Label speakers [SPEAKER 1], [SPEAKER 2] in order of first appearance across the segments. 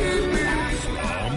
[SPEAKER 1] From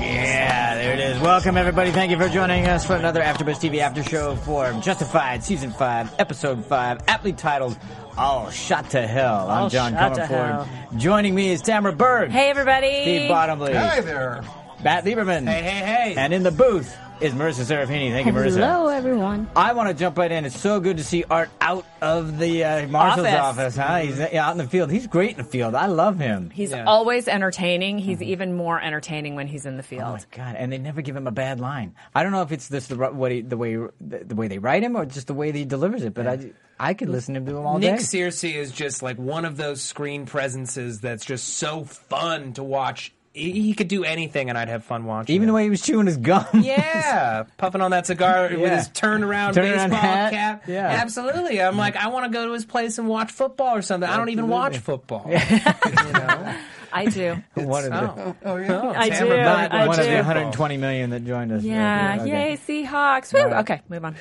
[SPEAKER 2] Yeah, there it is. Welcome, everybody. Thank you for joining us for another AfterBuzz TV After Show for Justified Season 5, Episode 5, aptly titled All Shot to Hell. I'm
[SPEAKER 3] All
[SPEAKER 2] John
[SPEAKER 3] Shot to
[SPEAKER 2] Comerford. Joining me is Tamara Bird.
[SPEAKER 3] Hey, everybody.
[SPEAKER 2] Steve Bottomley. Hey there. Matt Lieberman. Hey, hey, hey. And in the booth is Marissa Serafini. Thank you, Marissa.
[SPEAKER 4] Hello, everyone.
[SPEAKER 2] I want to jump right in. It's so good to see Art out of the uh, marshal's office.
[SPEAKER 3] Office.
[SPEAKER 2] huh? He's uh, out in the field. He's great in the field. I love him.
[SPEAKER 3] He's
[SPEAKER 2] Yeah. Mm-hmm.
[SPEAKER 3] always entertaining. He's even more entertaining when he's in the
[SPEAKER 2] Oh
[SPEAKER 3] field.
[SPEAKER 2] my god! And they never give him a bad line. I don't know if it's this the ru- what he, the way the, the way they write him or just the way that he delivers it. But I I could listen to him all
[SPEAKER 5] Nick
[SPEAKER 2] day.
[SPEAKER 5] Searcy is just like one of those screen presences that's just so fun to watch. He he could do anything, and I'd have fun watching.
[SPEAKER 2] Even
[SPEAKER 5] it.
[SPEAKER 2] the way he was chewing his gum.
[SPEAKER 5] yeah, puffing on that cigar with
[SPEAKER 2] Yeah.
[SPEAKER 5] his turnaround
[SPEAKER 2] Turnaround
[SPEAKER 5] baseball
[SPEAKER 2] hat.
[SPEAKER 5] cap.
[SPEAKER 2] Yeah.
[SPEAKER 5] absolutely. I'm like, I want to go to his place and watch football or something. I don't even watch football. you know?
[SPEAKER 2] Oh
[SPEAKER 3] I do.
[SPEAKER 2] one of the,
[SPEAKER 5] Oh,
[SPEAKER 3] Oh, I
[SPEAKER 5] Tamra
[SPEAKER 3] do.
[SPEAKER 5] Bach
[SPEAKER 3] I
[SPEAKER 2] one
[SPEAKER 5] watches
[SPEAKER 2] of the
[SPEAKER 3] do.
[SPEAKER 5] football.
[SPEAKER 2] 120 million that joined us.
[SPEAKER 3] Yeah.
[SPEAKER 2] okay.
[SPEAKER 3] Yay, Seahawks. Woo. Okay, move on.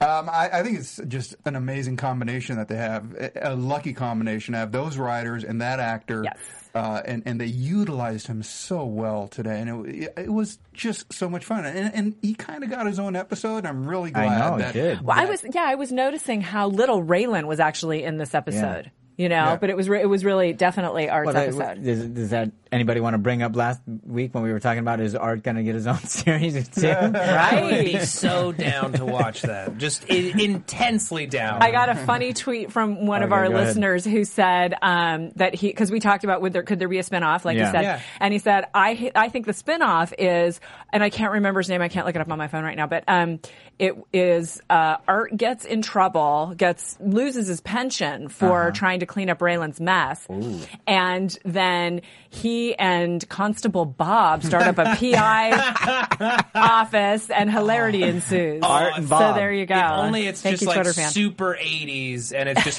[SPEAKER 6] Um, I, I think it's just an amazing combination that they have, a, a lucky combination to have those writers and that actor.
[SPEAKER 3] Yes.
[SPEAKER 6] Uh, and, and they utilized him so well today. And it, it was just so much fun. And, and he kind of got his own episode. and I'm really glad
[SPEAKER 2] I know
[SPEAKER 6] that
[SPEAKER 2] he did.
[SPEAKER 3] Well, I was yeah, I was noticing how little Raylan was actually in this episode. You know,
[SPEAKER 6] Yeah.
[SPEAKER 3] but it was re- it was really definitely Art's
[SPEAKER 2] Well, that,
[SPEAKER 3] episode.
[SPEAKER 2] does, does that anybody want to bring up last week when we were talking about is Art going to get his own series too?
[SPEAKER 5] I'd be
[SPEAKER 3] Right.
[SPEAKER 5] so down to watch that. Just in- intensely down.
[SPEAKER 3] I got a funny tweet from one of
[SPEAKER 2] Okay,
[SPEAKER 3] our
[SPEAKER 2] go ahead.
[SPEAKER 3] listeners who said um, that he because we talked about would there could there be a spinoff like
[SPEAKER 2] Yeah.
[SPEAKER 3] you said
[SPEAKER 5] Yeah.
[SPEAKER 3] and he said I I think the spinoff is and I can't remember his name I can't look it up on my phone right now but um it is uh, Art gets in trouble gets loses his pension
[SPEAKER 2] Uh-huh.
[SPEAKER 3] for trying to clean up Raylan's mess and then he and Constable Bob start up a PI office and hilarity ensues
[SPEAKER 2] Art and
[SPEAKER 3] so
[SPEAKER 2] Bob.
[SPEAKER 3] there you go
[SPEAKER 5] If only it's
[SPEAKER 3] Thank
[SPEAKER 5] just
[SPEAKER 3] you,
[SPEAKER 5] like
[SPEAKER 3] Twitter fan.
[SPEAKER 5] super 80s and it's just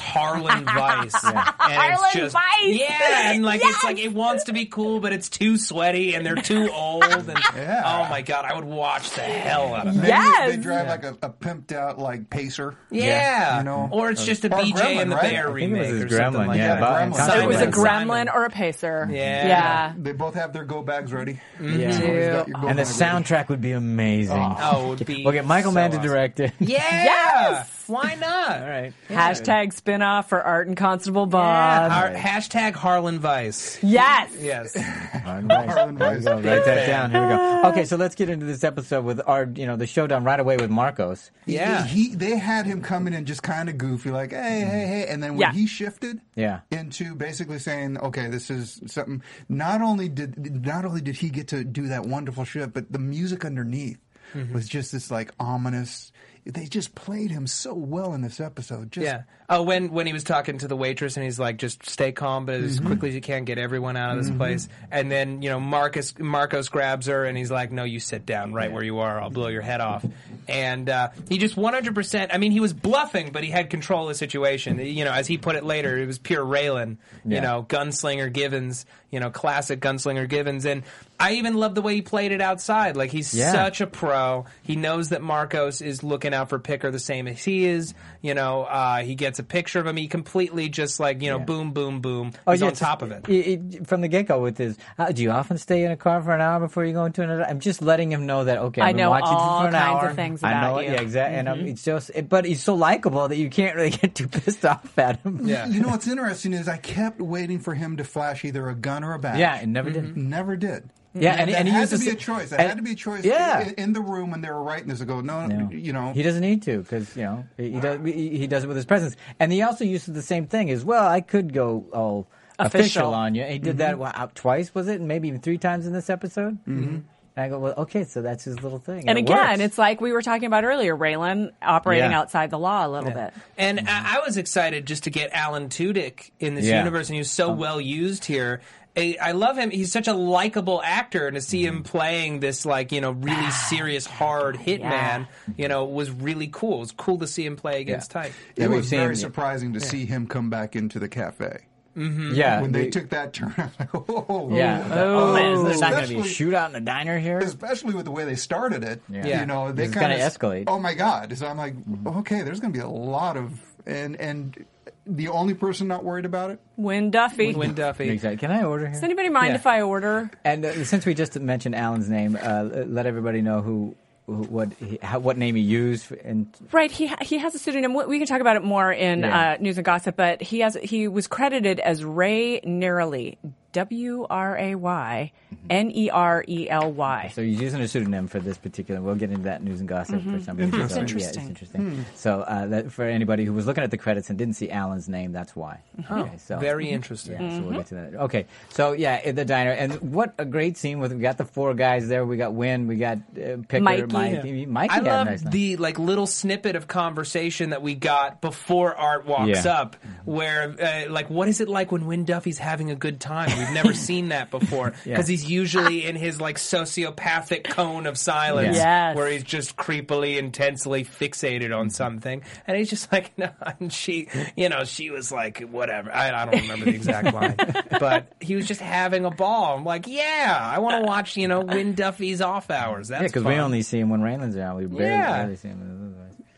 [SPEAKER 5] Harlan Vice. And it's
[SPEAKER 3] Harlan
[SPEAKER 5] just,
[SPEAKER 3] Vice!
[SPEAKER 5] Yeah, and like
[SPEAKER 3] Yes!
[SPEAKER 5] it's like it wants to be cool, but it's too sweaty and they're too old. And
[SPEAKER 6] Yeah.
[SPEAKER 5] oh my god, I would watch the hell out of that.
[SPEAKER 6] Maybe
[SPEAKER 3] Yes!
[SPEAKER 6] They drive like a, a pimped out like pacer.
[SPEAKER 5] Yeah,
[SPEAKER 6] You know?
[SPEAKER 5] or
[SPEAKER 2] uh,
[SPEAKER 5] it's just a
[SPEAKER 6] Or
[SPEAKER 5] BJ and
[SPEAKER 6] Gremlin,
[SPEAKER 5] the
[SPEAKER 6] right? I
[SPEAKER 5] Bear
[SPEAKER 2] think it was
[SPEAKER 5] remake
[SPEAKER 2] his
[SPEAKER 5] or
[SPEAKER 2] Gremlin,
[SPEAKER 5] something like
[SPEAKER 2] yeah,
[SPEAKER 5] that.
[SPEAKER 2] Bob
[SPEAKER 6] and
[SPEAKER 5] Simon
[SPEAKER 3] It was a
[SPEAKER 5] and Simon.
[SPEAKER 3] gremlin or a pacer.
[SPEAKER 5] Yeah.
[SPEAKER 3] Yeah.
[SPEAKER 6] They both have their go bags ready.
[SPEAKER 2] Mm-hmm.
[SPEAKER 3] Dude.
[SPEAKER 6] Got your go
[SPEAKER 2] and the
[SPEAKER 6] bag ready.
[SPEAKER 2] soundtrack would be amazing.
[SPEAKER 5] Oh, it would be
[SPEAKER 2] we'll get Michael
[SPEAKER 5] so
[SPEAKER 2] Mann to
[SPEAKER 5] awesome.
[SPEAKER 2] direct it.
[SPEAKER 5] Yeah,
[SPEAKER 3] Yes!
[SPEAKER 5] why not?
[SPEAKER 2] All right.
[SPEAKER 3] Hashtag spinoff for Art and Constable
[SPEAKER 5] Yeah,
[SPEAKER 3] Bob.
[SPEAKER 5] Har- hashtag Harlan Vice.
[SPEAKER 3] yes.
[SPEAKER 5] Yes.
[SPEAKER 2] Harlan Weiss.
[SPEAKER 6] Harlan
[SPEAKER 2] There we
[SPEAKER 6] Weiss.
[SPEAKER 2] go. Write that down. Here we go. Okay, so let's get into this episode with our, you know, the showdown right away with Marcos.
[SPEAKER 5] Yeah.
[SPEAKER 6] He, he- they had him coming in just kind of goofy, like, hey, hey, hey. And then when
[SPEAKER 3] Yeah.
[SPEAKER 6] he shifted
[SPEAKER 2] Mm-hmm. Yeah.
[SPEAKER 6] into basically saying, okay, this is something, not only did, not only did he get to do that wonderful shift, but the music underneath
[SPEAKER 2] Mm-hmm.
[SPEAKER 6] was just this like ominous, they just played him so well in this episode. Just,
[SPEAKER 5] Yeah. Oh, when when he was talking to the waitress and he's like, just stay calm, but as quickly as you can, get everyone out of this place. And then you know Marcus Marcos grabs her and he's like, no, you sit down right where you are. I'll blow your head off. And uh, he just 100. percent I mean, he was bluffing, but he had control of the situation. You know, as he put it later, it was pure Raylan.
[SPEAKER 2] Yeah.
[SPEAKER 5] You know, gunslinger Givens. You know, classic gunslinger Givens. And I even love the way he played it outside. Like he's
[SPEAKER 2] Yeah.
[SPEAKER 5] such a a pro. He knows that Marcos is looking out for Picker the same as he is. You know, uh, he gets a picture of him. He completely just like you know, boom, boom, boom. He's on
[SPEAKER 2] yes.
[SPEAKER 5] top of it.
[SPEAKER 2] It- from the get go with his, how, do you often stay in a car for an hour before you go into another? I'm just letting him know that okay,
[SPEAKER 3] I
[SPEAKER 2] I've been
[SPEAKER 3] know
[SPEAKER 2] watching
[SPEAKER 3] all
[SPEAKER 2] you for an
[SPEAKER 3] kinds
[SPEAKER 2] hour.
[SPEAKER 3] of things
[SPEAKER 2] I know
[SPEAKER 3] about
[SPEAKER 2] it,
[SPEAKER 3] you. Mm-hmm.
[SPEAKER 2] yeah, exactly. And I'm, it's just, it, but he's so likable that you can't really get too pissed off at him.
[SPEAKER 5] Yeah.
[SPEAKER 6] You know what's interesting is I kept waiting for him to flash either a gun or a bat. Mm-hmm.
[SPEAKER 2] yeah, it never
[SPEAKER 3] Mm-hmm.
[SPEAKER 2] did.
[SPEAKER 6] Never did.
[SPEAKER 2] Yeah, and,
[SPEAKER 6] That
[SPEAKER 2] and he
[SPEAKER 6] had
[SPEAKER 2] used
[SPEAKER 6] to be
[SPEAKER 2] say-
[SPEAKER 6] a choice. That
[SPEAKER 2] and-
[SPEAKER 6] had to be a choice.
[SPEAKER 2] Yeah.
[SPEAKER 6] In, in the room when they were writing this, I go, no,
[SPEAKER 2] No.
[SPEAKER 6] you know,
[SPEAKER 2] he doesn't need to because you know he, he does he, he does it with his presence, and he also uses the same thing as well. I could go all
[SPEAKER 3] official. Mm-hmm.
[SPEAKER 2] on you. He did that wow, twice, was it? And Maybe even three times in this episode. Mm-hmm. And I go, well, okay, so that's his little thing.
[SPEAKER 3] And
[SPEAKER 2] It
[SPEAKER 3] again,
[SPEAKER 2] works.
[SPEAKER 3] it's like we were talking about earlier, Raylan operating
[SPEAKER 2] Yeah.
[SPEAKER 3] outside the law a little bit.
[SPEAKER 5] And I, I was excited just to get Alan Tudyk in this
[SPEAKER 2] Yeah. Um,
[SPEAKER 5] universe, and he was so well used here. I, I love him. He's such a likable actor, and to see
[SPEAKER 2] Mm-hmm.
[SPEAKER 5] him playing this like you know really serious, hard hitman, you know, was really cool. It was cool to see him play against type.
[SPEAKER 6] It
[SPEAKER 2] we've
[SPEAKER 6] was
[SPEAKER 2] seen
[SPEAKER 6] very
[SPEAKER 2] it.
[SPEAKER 6] surprising to see him come back into the cafe.
[SPEAKER 2] yeah.
[SPEAKER 6] When
[SPEAKER 2] we-
[SPEAKER 6] they took that turn, I'm like, oh,
[SPEAKER 2] Uh, yeah.
[SPEAKER 3] Oh.
[SPEAKER 2] Oh, man, is there not going to be a
[SPEAKER 6] Especially-
[SPEAKER 2] shootout in the diner here?
[SPEAKER 6] especially with the way they started it.
[SPEAKER 2] Yeah.
[SPEAKER 6] You know, they
[SPEAKER 2] It's
[SPEAKER 6] kind of
[SPEAKER 2] gonna escalate.
[SPEAKER 6] Oh my god! So I'm like, okay, there's going to be a lot of and and the only person not worried about it.
[SPEAKER 3] Win Duffy.
[SPEAKER 5] Win Duffy.
[SPEAKER 2] Exactly. Can I order here?
[SPEAKER 3] Does anybody mind
[SPEAKER 5] Yeah.
[SPEAKER 3] if I order?
[SPEAKER 2] And uh, since we just mentioned Alan's name, uh, let everybody know who, who what he, how, what name he used. And
[SPEAKER 3] Right, he ha- he has a pseudonym. We- We can talk about it more in
[SPEAKER 2] Yeah.
[SPEAKER 3] uh, news and gossip, but he has he was credited as Ray Nerly, W R A Y N E R E L Y.
[SPEAKER 2] so he's using a pseudonym for this particular. We'll get into that news and gossip for some reason. So, Yeah,
[SPEAKER 3] Mm-hmm. Interesting.
[SPEAKER 2] it's interesting.
[SPEAKER 5] Hmm.
[SPEAKER 2] So uh, that, for anybody who was looking at the credits and didn't see Alan's name, that's why. okay, so
[SPEAKER 5] Mm-hmm. Oh,
[SPEAKER 2] Mhm.
[SPEAKER 5] Very interesting.
[SPEAKER 2] Yeah, so we'll get to
[SPEAKER 3] Mm-hmm.
[SPEAKER 2] that. Okay, so yeah, in the diner, and what a great scene with we got the four guys there. We got Win, we got uh, Picker,
[SPEAKER 3] Mikey.
[SPEAKER 2] Mikey, Mikey
[SPEAKER 5] I
[SPEAKER 2] had a
[SPEAKER 5] love
[SPEAKER 2] nice night.
[SPEAKER 5] the like little snippet of conversation that we got before Art walks
[SPEAKER 2] Yeah.
[SPEAKER 5] up, where uh, like, what is it like when Win Duffy's having a good time? We've never seen that before because
[SPEAKER 2] Yeah.
[SPEAKER 5] he's usually in his like sociopathic cone of silence,
[SPEAKER 3] Yeah. Yes.
[SPEAKER 5] where he's just creepily, intensely fixated on something, and he's just like, no, and she, you know, she was like, whatever. I, I don't remember the exact line, but he was just having a ball. I'm like, yeah, I want to watch, you know, Win Duffy's off hours. That's
[SPEAKER 2] yeah, because we
[SPEAKER 5] fun.
[SPEAKER 2] only see him when Raylan's around. We barely,
[SPEAKER 5] Yeah.
[SPEAKER 2] barely see him.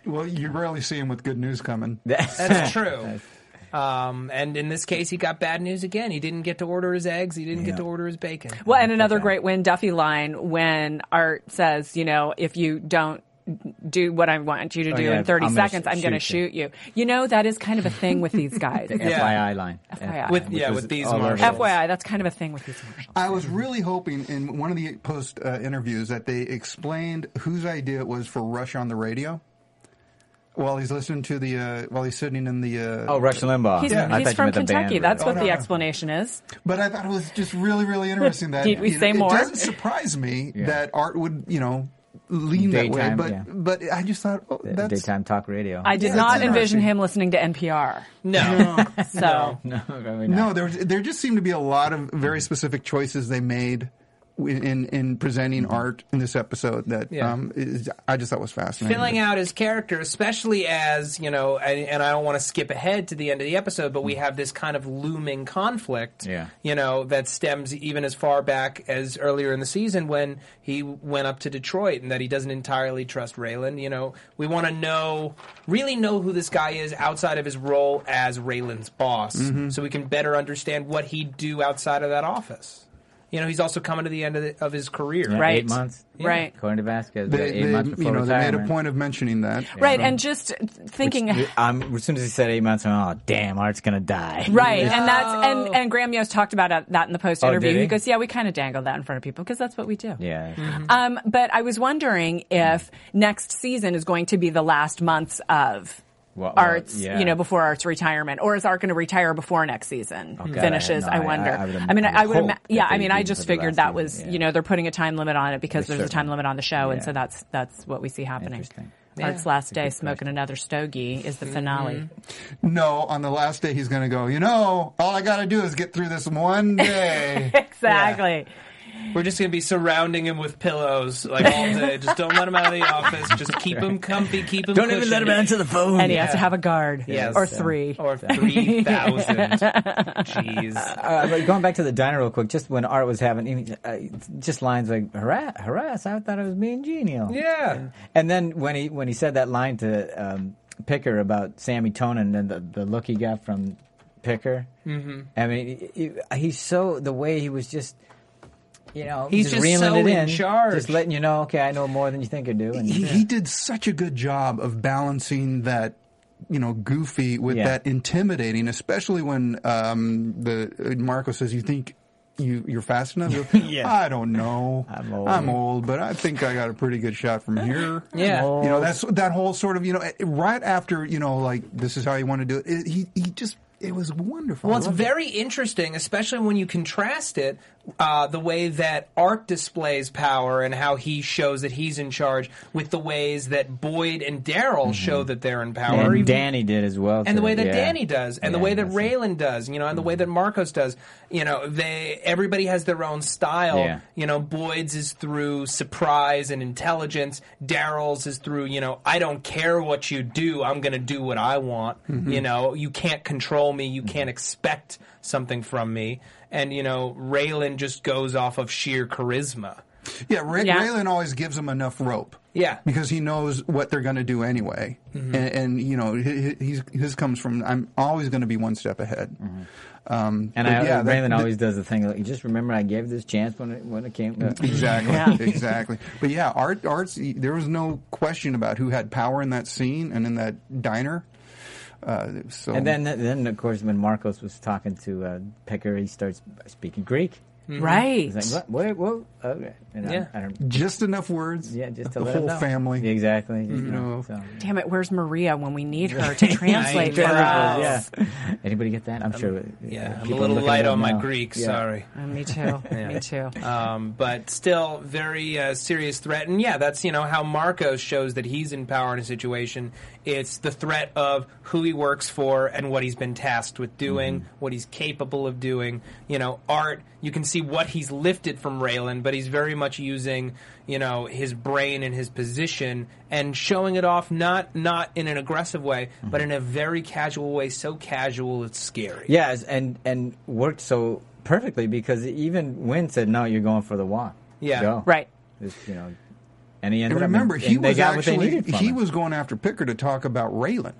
[SPEAKER 6] Well, you rarely see him with good news coming.
[SPEAKER 5] That's true. Um, and in this case, he got bad news again. He didn't get to order his eggs. He didn't get to order his bacon.
[SPEAKER 3] Well, and another great Win Duffy line when Art says, you know, if you don't do what I want you to do
[SPEAKER 2] Oh, yeah,
[SPEAKER 3] in 30
[SPEAKER 2] I'm gonna
[SPEAKER 3] seconds,
[SPEAKER 2] sh-
[SPEAKER 3] I'm going to
[SPEAKER 2] shoot
[SPEAKER 3] shoot you. You know, that is kind of a thing with these guys.
[SPEAKER 2] FYI line.
[SPEAKER 3] FYI.
[SPEAKER 5] With- yeah,
[SPEAKER 2] was
[SPEAKER 5] with these
[SPEAKER 2] all over
[SPEAKER 5] marshals.
[SPEAKER 2] the-
[SPEAKER 3] FYI, that's kind of a thing with these commercials.
[SPEAKER 6] I was really hoping in one of the post uh, interviews that they explained whose idea it was for Rush on the radio. While he's listening to the, uh, while he's sitting in the, uh,
[SPEAKER 2] Oh, Rush Limbaugh.
[SPEAKER 3] He's,
[SPEAKER 2] I thought
[SPEAKER 3] he's
[SPEAKER 2] you
[SPEAKER 3] from
[SPEAKER 2] meant the band
[SPEAKER 3] Kentucky.
[SPEAKER 2] or-
[SPEAKER 3] That's what
[SPEAKER 6] Oh, no,
[SPEAKER 3] the
[SPEAKER 6] no.
[SPEAKER 3] explanation is.
[SPEAKER 6] But I thought it was just really, really interesting that
[SPEAKER 3] Did we
[SPEAKER 6] you know,
[SPEAKER 3] say more?
[SPEAKER 6] It doesn't surprise me that art would, you know, lean
[SPEAKER 2] Daytime,
[SPEAKER 6] that way. But
[SPEAKER 2] yeah.
[SPEAKER 6] but I just thought oh,
[SPEAKER 2] the
[SPEAKER 6] that's
[SPEAKER 2] daytime talk radio.
[SPEAKER 3] I did
[SPEAKER 6] Yeah,
[SPEAKER 3] not
[SPEAKER 6] that's
[SPEAKER 3] envision
[SPEAKER 6] interesting.
[SPEAKER 3] him listening to NPR.
[SPEAKER 5] No.
[SPEAKER 3] So
[SPEAKER 2] no, uh, probably
[SPEAKER 6] no.
[SPEAKER 2] not.
[SPEAKER 6] There was- there just seemed to be a lot of
[SPEAKER 2] Mm-hmm.
[SPEAKER 6] very specific choices they made. In, in in presenting
[SPEAKER 2] Mm-hmm.
[SPEAKER 6] art in this episode that
[SPEAKER 5] Yeah.
[SPEAKER 6] um, is, I just thought was fascinating.
[SPEAKER 5] filling out his character, especially as you know, and, and I don't want to skip ahead to the end of the episode, but we have this kind of looming conflict,
[SPEAKER 2] Mm. Yeah.
[SPEAKER 5] you know, that stems even as far back as earlier in the season when he went up to Detroit and that he doesn't entirely trust Raylan. You know, we want to know, really know who this guy is outside of his role as Raylan's boss,
[SPEAKER 2] Mm-hmm.
[SPEAKER 5] so we can better understand what he'd do outside of that office. You know, he's also coming to the end of, the, of his career,
[SPEAKER 2] Yeah,
[SPEAKER 3] Right.
[SPEAKER 2] Eight months.
[SPEAKER 3] Right.
[SPEAKER 2] According to Vasquez, we got
[SPEAKER 6] They,
[SPEAKER 2] eight
[SPEAKER 6] they-
[SPEAKER 2] months before
[SPEAKER 6] you know, they made a
[SPEAKER 2] retirement.
[SPEAKER 6] point of mentioning that.
[SPEAKER 3] Right, and just thinking,
[SPEAKER 2] Um, as soon as he said eight months, I'm oh damn, Art's gonna die.
[SPEAKER 3] right, and that's and and Graham Yost talked about uh, that in the post
[SPEAKER 2] Oh,
[SPEAKER 3] interview.
[SPEAKER 2] did he?
[SPEAKER 3] he goes, "Yeah, we kind of dangled that in front of people because that's what we do."
[SPEAKER 2] Yeah.
[SPEAKER 3] Um, but I was wondering if next season is going to be the last months of
[SPEAKER 2] Well, well,
[SPEAKER 3] Arts,
[SPEAKER 2] yeah.
[SPEAKER 3] you know, before Arts retirement, or is Art going to retire before next season
[SPEAKER 2] God,
[SPEAKER 3] finishes?
[SPEAKER 2] I
[SPEAKER 3] I,
[SPEAKER 2] have no-
[SPEAKER 3] wonder.
[SPEAKER 2] I- I
[SPEAKER 3] I,
[SPEAKER 2] would im-
[SPEAKER 3] mean,
[SPEAKER 2] I would
[SPEAKER 3] I, would.
[SPEAKER 2] hope
[SPEAKER 3] Ima-
[SPEAKER 2] that
[SPEAKER 3] yeah, I
[SPEAKER 2] they
[SPEAKER 3] mean, I
[SPEAKER 2] didn't
[SPEAKER 3] just
[SPEAKER 2] for the last
[SPEAKER 3] figured that
[SPEAKER 2] season,
[SPEAKER 3] was,
[SPEAKER 2] yeah.
[SPEAKER 3] you know, they're putting a time limit on it because
[SPEAKER 2] They
[SPEAKER 3] there's a time
[SPEAKER 2] certainly-
[SPEAKER 3] limit on the show, and
[SPEAKER 2] yeah.
[SPEAKER 3] so that's that's what we see happening.
[SPEAKER 2] Interesting.
[SPEAKER 3] Art's last day smoking another stogie is
[SPEAKER 2] Mm-hmm.
[SPEAKER 3] the finale.
[SPEAKER 6] No, on the last day he's going to go. You know, all I got to do is get through this one day.
[SPEAKER 3] Exactly.
[SPEAKER 5] We're just gonna be surrounding him with pillows like all day. just don't let him out of the office. Just keep him comfy. Keep him.
[SPEAKER 2] Don't even let
[SPEAKER 5] cushioned.
[SPEAKER 2] him answer the phone. Uh,
[SPEAKER 3] And he has to have a guard
[SPEAKER 5] Yes.
[SPEAKER 3] or three.
[SPEAKER 5] Or three thousand. Jeez.
[SPEAKER 2] Uh, but going back to the diner real quick, just when Art was having he- uh, just lines like harass, harass. I thought I was being genial.
[SPEAKER 5] Yeah.
[SPEAKER 2] And then when he when he said that line to um, Picker about Sammy Tonin and the the look he got from Picker, mm-hmm. I mean, he, he's so the way he was just. You know,
[SPEAKER 5] He's
[SPEAKER 2] just,
[SPEAKER 5] just
[SPEAKER 2] reeling
[SPEAKER 5] so
[SPEAKER 2] it in,
[SPEAKER 5] in charge.
[SPEAKER 2] just letting you know. Okay, I know more than you think I do. And
[SPEAKER 6] he, he did such a good job of balancing that you know goofy with
[SPEAKER 2] Yeah.
[SPEAKER 6] that intimidating especially when um the uh, marco says you think you you're fast enough He goes,
[SPEAKER 2] Yeah.
[SPEAKER 6] i don't know
[SPEAKER 2] I'm old."
[SPEAKER 6] i'm old but i think i got a pretty good shot from here
[SPEAKER 5] Yeah.
[SPEAKER 6] you know that's that whole sort of you know eh, right after you know like this is how you want to do it, it he he just It was wonderful.
[SPEAKER 5] Well,
[SPEAKER 6] I
[SPEAKER 5] it's
[SPEAKER 6] loved it.
[SPEAKER 5] very interesting, especially when you contrast it uh, the way that Art displays power and how he shows that he's in charge with the ways that Boyd and Daryl show that they're in power.
[SPEAKER 2] Mm-hmm. And
[SPEAKER 5] Even-
[SPEAKER 2] Danny did as well.
[SPEAKER 5] and the
[SPEAKER 2] too,
[SPEAKER 5] way that
[SPEAKER 2] yeah.
[SPEAKER 5] Danny does, and the
[SPEAKER 2] Yeah,
[SPEAKER 5] way that
[SPEAKER 2] that's it.
[SPEAKER 5] Raylan does, you know, and the way that Marcos does, you know, they everybody has their own style.
[SPEAKER 2] Yeah.
[SPEAKER 5] You know, Boyd's is through surprise and intelligence. Daryl's is through, you know, I don't care what you do, I'm going to do what I want.
[SPEAKER 2] Mm-hmm.
[SPEAKER 5] You know, you can't control me, you can't expect something from me. And you know, Raylan just goes off of sheer charisma.
[SPEAKER 6] Yeah, Ra-
[SPEAKER 3] Yeah.
[SPEAKER 6] Raylan always gives them enough rope.
[SPEAKER 5] Yeah.
[SPEAKER 6] because he knows what they're going to do anyway,
[SPEAKER 2] Mm-hmm.
[SPEAKER 6] and, and you know his, his, his comes from I'm always going to be one step ahead. Um,
[SPEAKER 2] Mm-hmm. And
[SPEAKER 6] but
[SPEAKER 2] I,
[SPEAKER 6] yeah, that-
[SPEAKER 2] Raylan
[SPEAKER 6] that-
[SPEAKER 2] always does the thing. Like, just remember, I gave this chance when it when it came. uh,
[SPEAKER 6] Exactly, exactly. But yeah, art, arts. There was no question about who had power in that scene and in that diner. Uh, so
[SPEAKER 2] And then, then of course, when Marcos was talking to uh, Picker, he starts speaking Greek.
[SPEAKER 3] Right.
[SPEAKER 2] He's like, "What? What? what? Okay." And I-
[SPEAKER 5] Yeah.
[SPEAKER 2] I, don't.
[SPEAKER 6] just enough words.
[SPEAKER 2] Yeah, just to
[SPEAKER 6] the
[SPEAKER 2] let him
[SPEAKER 6] whole
[SPEAKER 2] know.
[SPEAKER 6] family.
[SPEAKER 2] Yeah, exactly. You know,
[SPEAKER 6] No.
[SPEAKER 2] so.
[SPEAKER 3] Damn it, where's Maria when we need her to translate for us?
[SPEAKER 2] Yeah. Anybody get that? I'm sure.
[SPEAKER 5] Yeah, I'm a
[SPEAKER 2] people
[SPEAKER 5] little
[SPEAKER 2] looking
[SPEAKER 5] light
[SPEAKER 2] at it
[SPEAKER 5] on my
[SPEAKER 2] now.
[SPEAKER 5] Greek,
[SPEAKER 2] Yeah.
[SPEAKER 5] sorry.
[SPEAKER 3] Uh, me too. Me too.
[SPEAKER 5] um, but still very uh, serious threat. And yeah, that's you know how Marcos shows that he's in power in a situation. It's the threat of who he works for and what he's been tasked with doing, what he's capable of doing. You know, Art. You can see what he's lifted from Raylan, but he's very much using you know his brain and his position and showing it off not not in an aggressive way, but in a very casual way. So casual, it's scary.
[SPEAKER 2] Yeah, it's- and and worked so perfectly because even Wynn said, "No, you're going for the walk."
[SPEAKER 5] Yeah.
[SPEAKER 2] Go.
[SPEAKER 3] Right.
[SPEAKER 2] Just, you know, and he ended
[SPEAKER 6] And
[SPEAKER 2] up-
[SPEAKER 6] remember,
[SPEAKER 2] and
[SPEAKER 6] he
[SPEAKER 2] they
[SPEAKER 6] was
[SPEAKER 2] got what they
[SPEAKER 6] actually
[SPEAKER 2] needed from
[SPEAKER 6] he
[SPEAKER 2] him.
[SPEAKER 6] was going after Picker to talk about Raylan.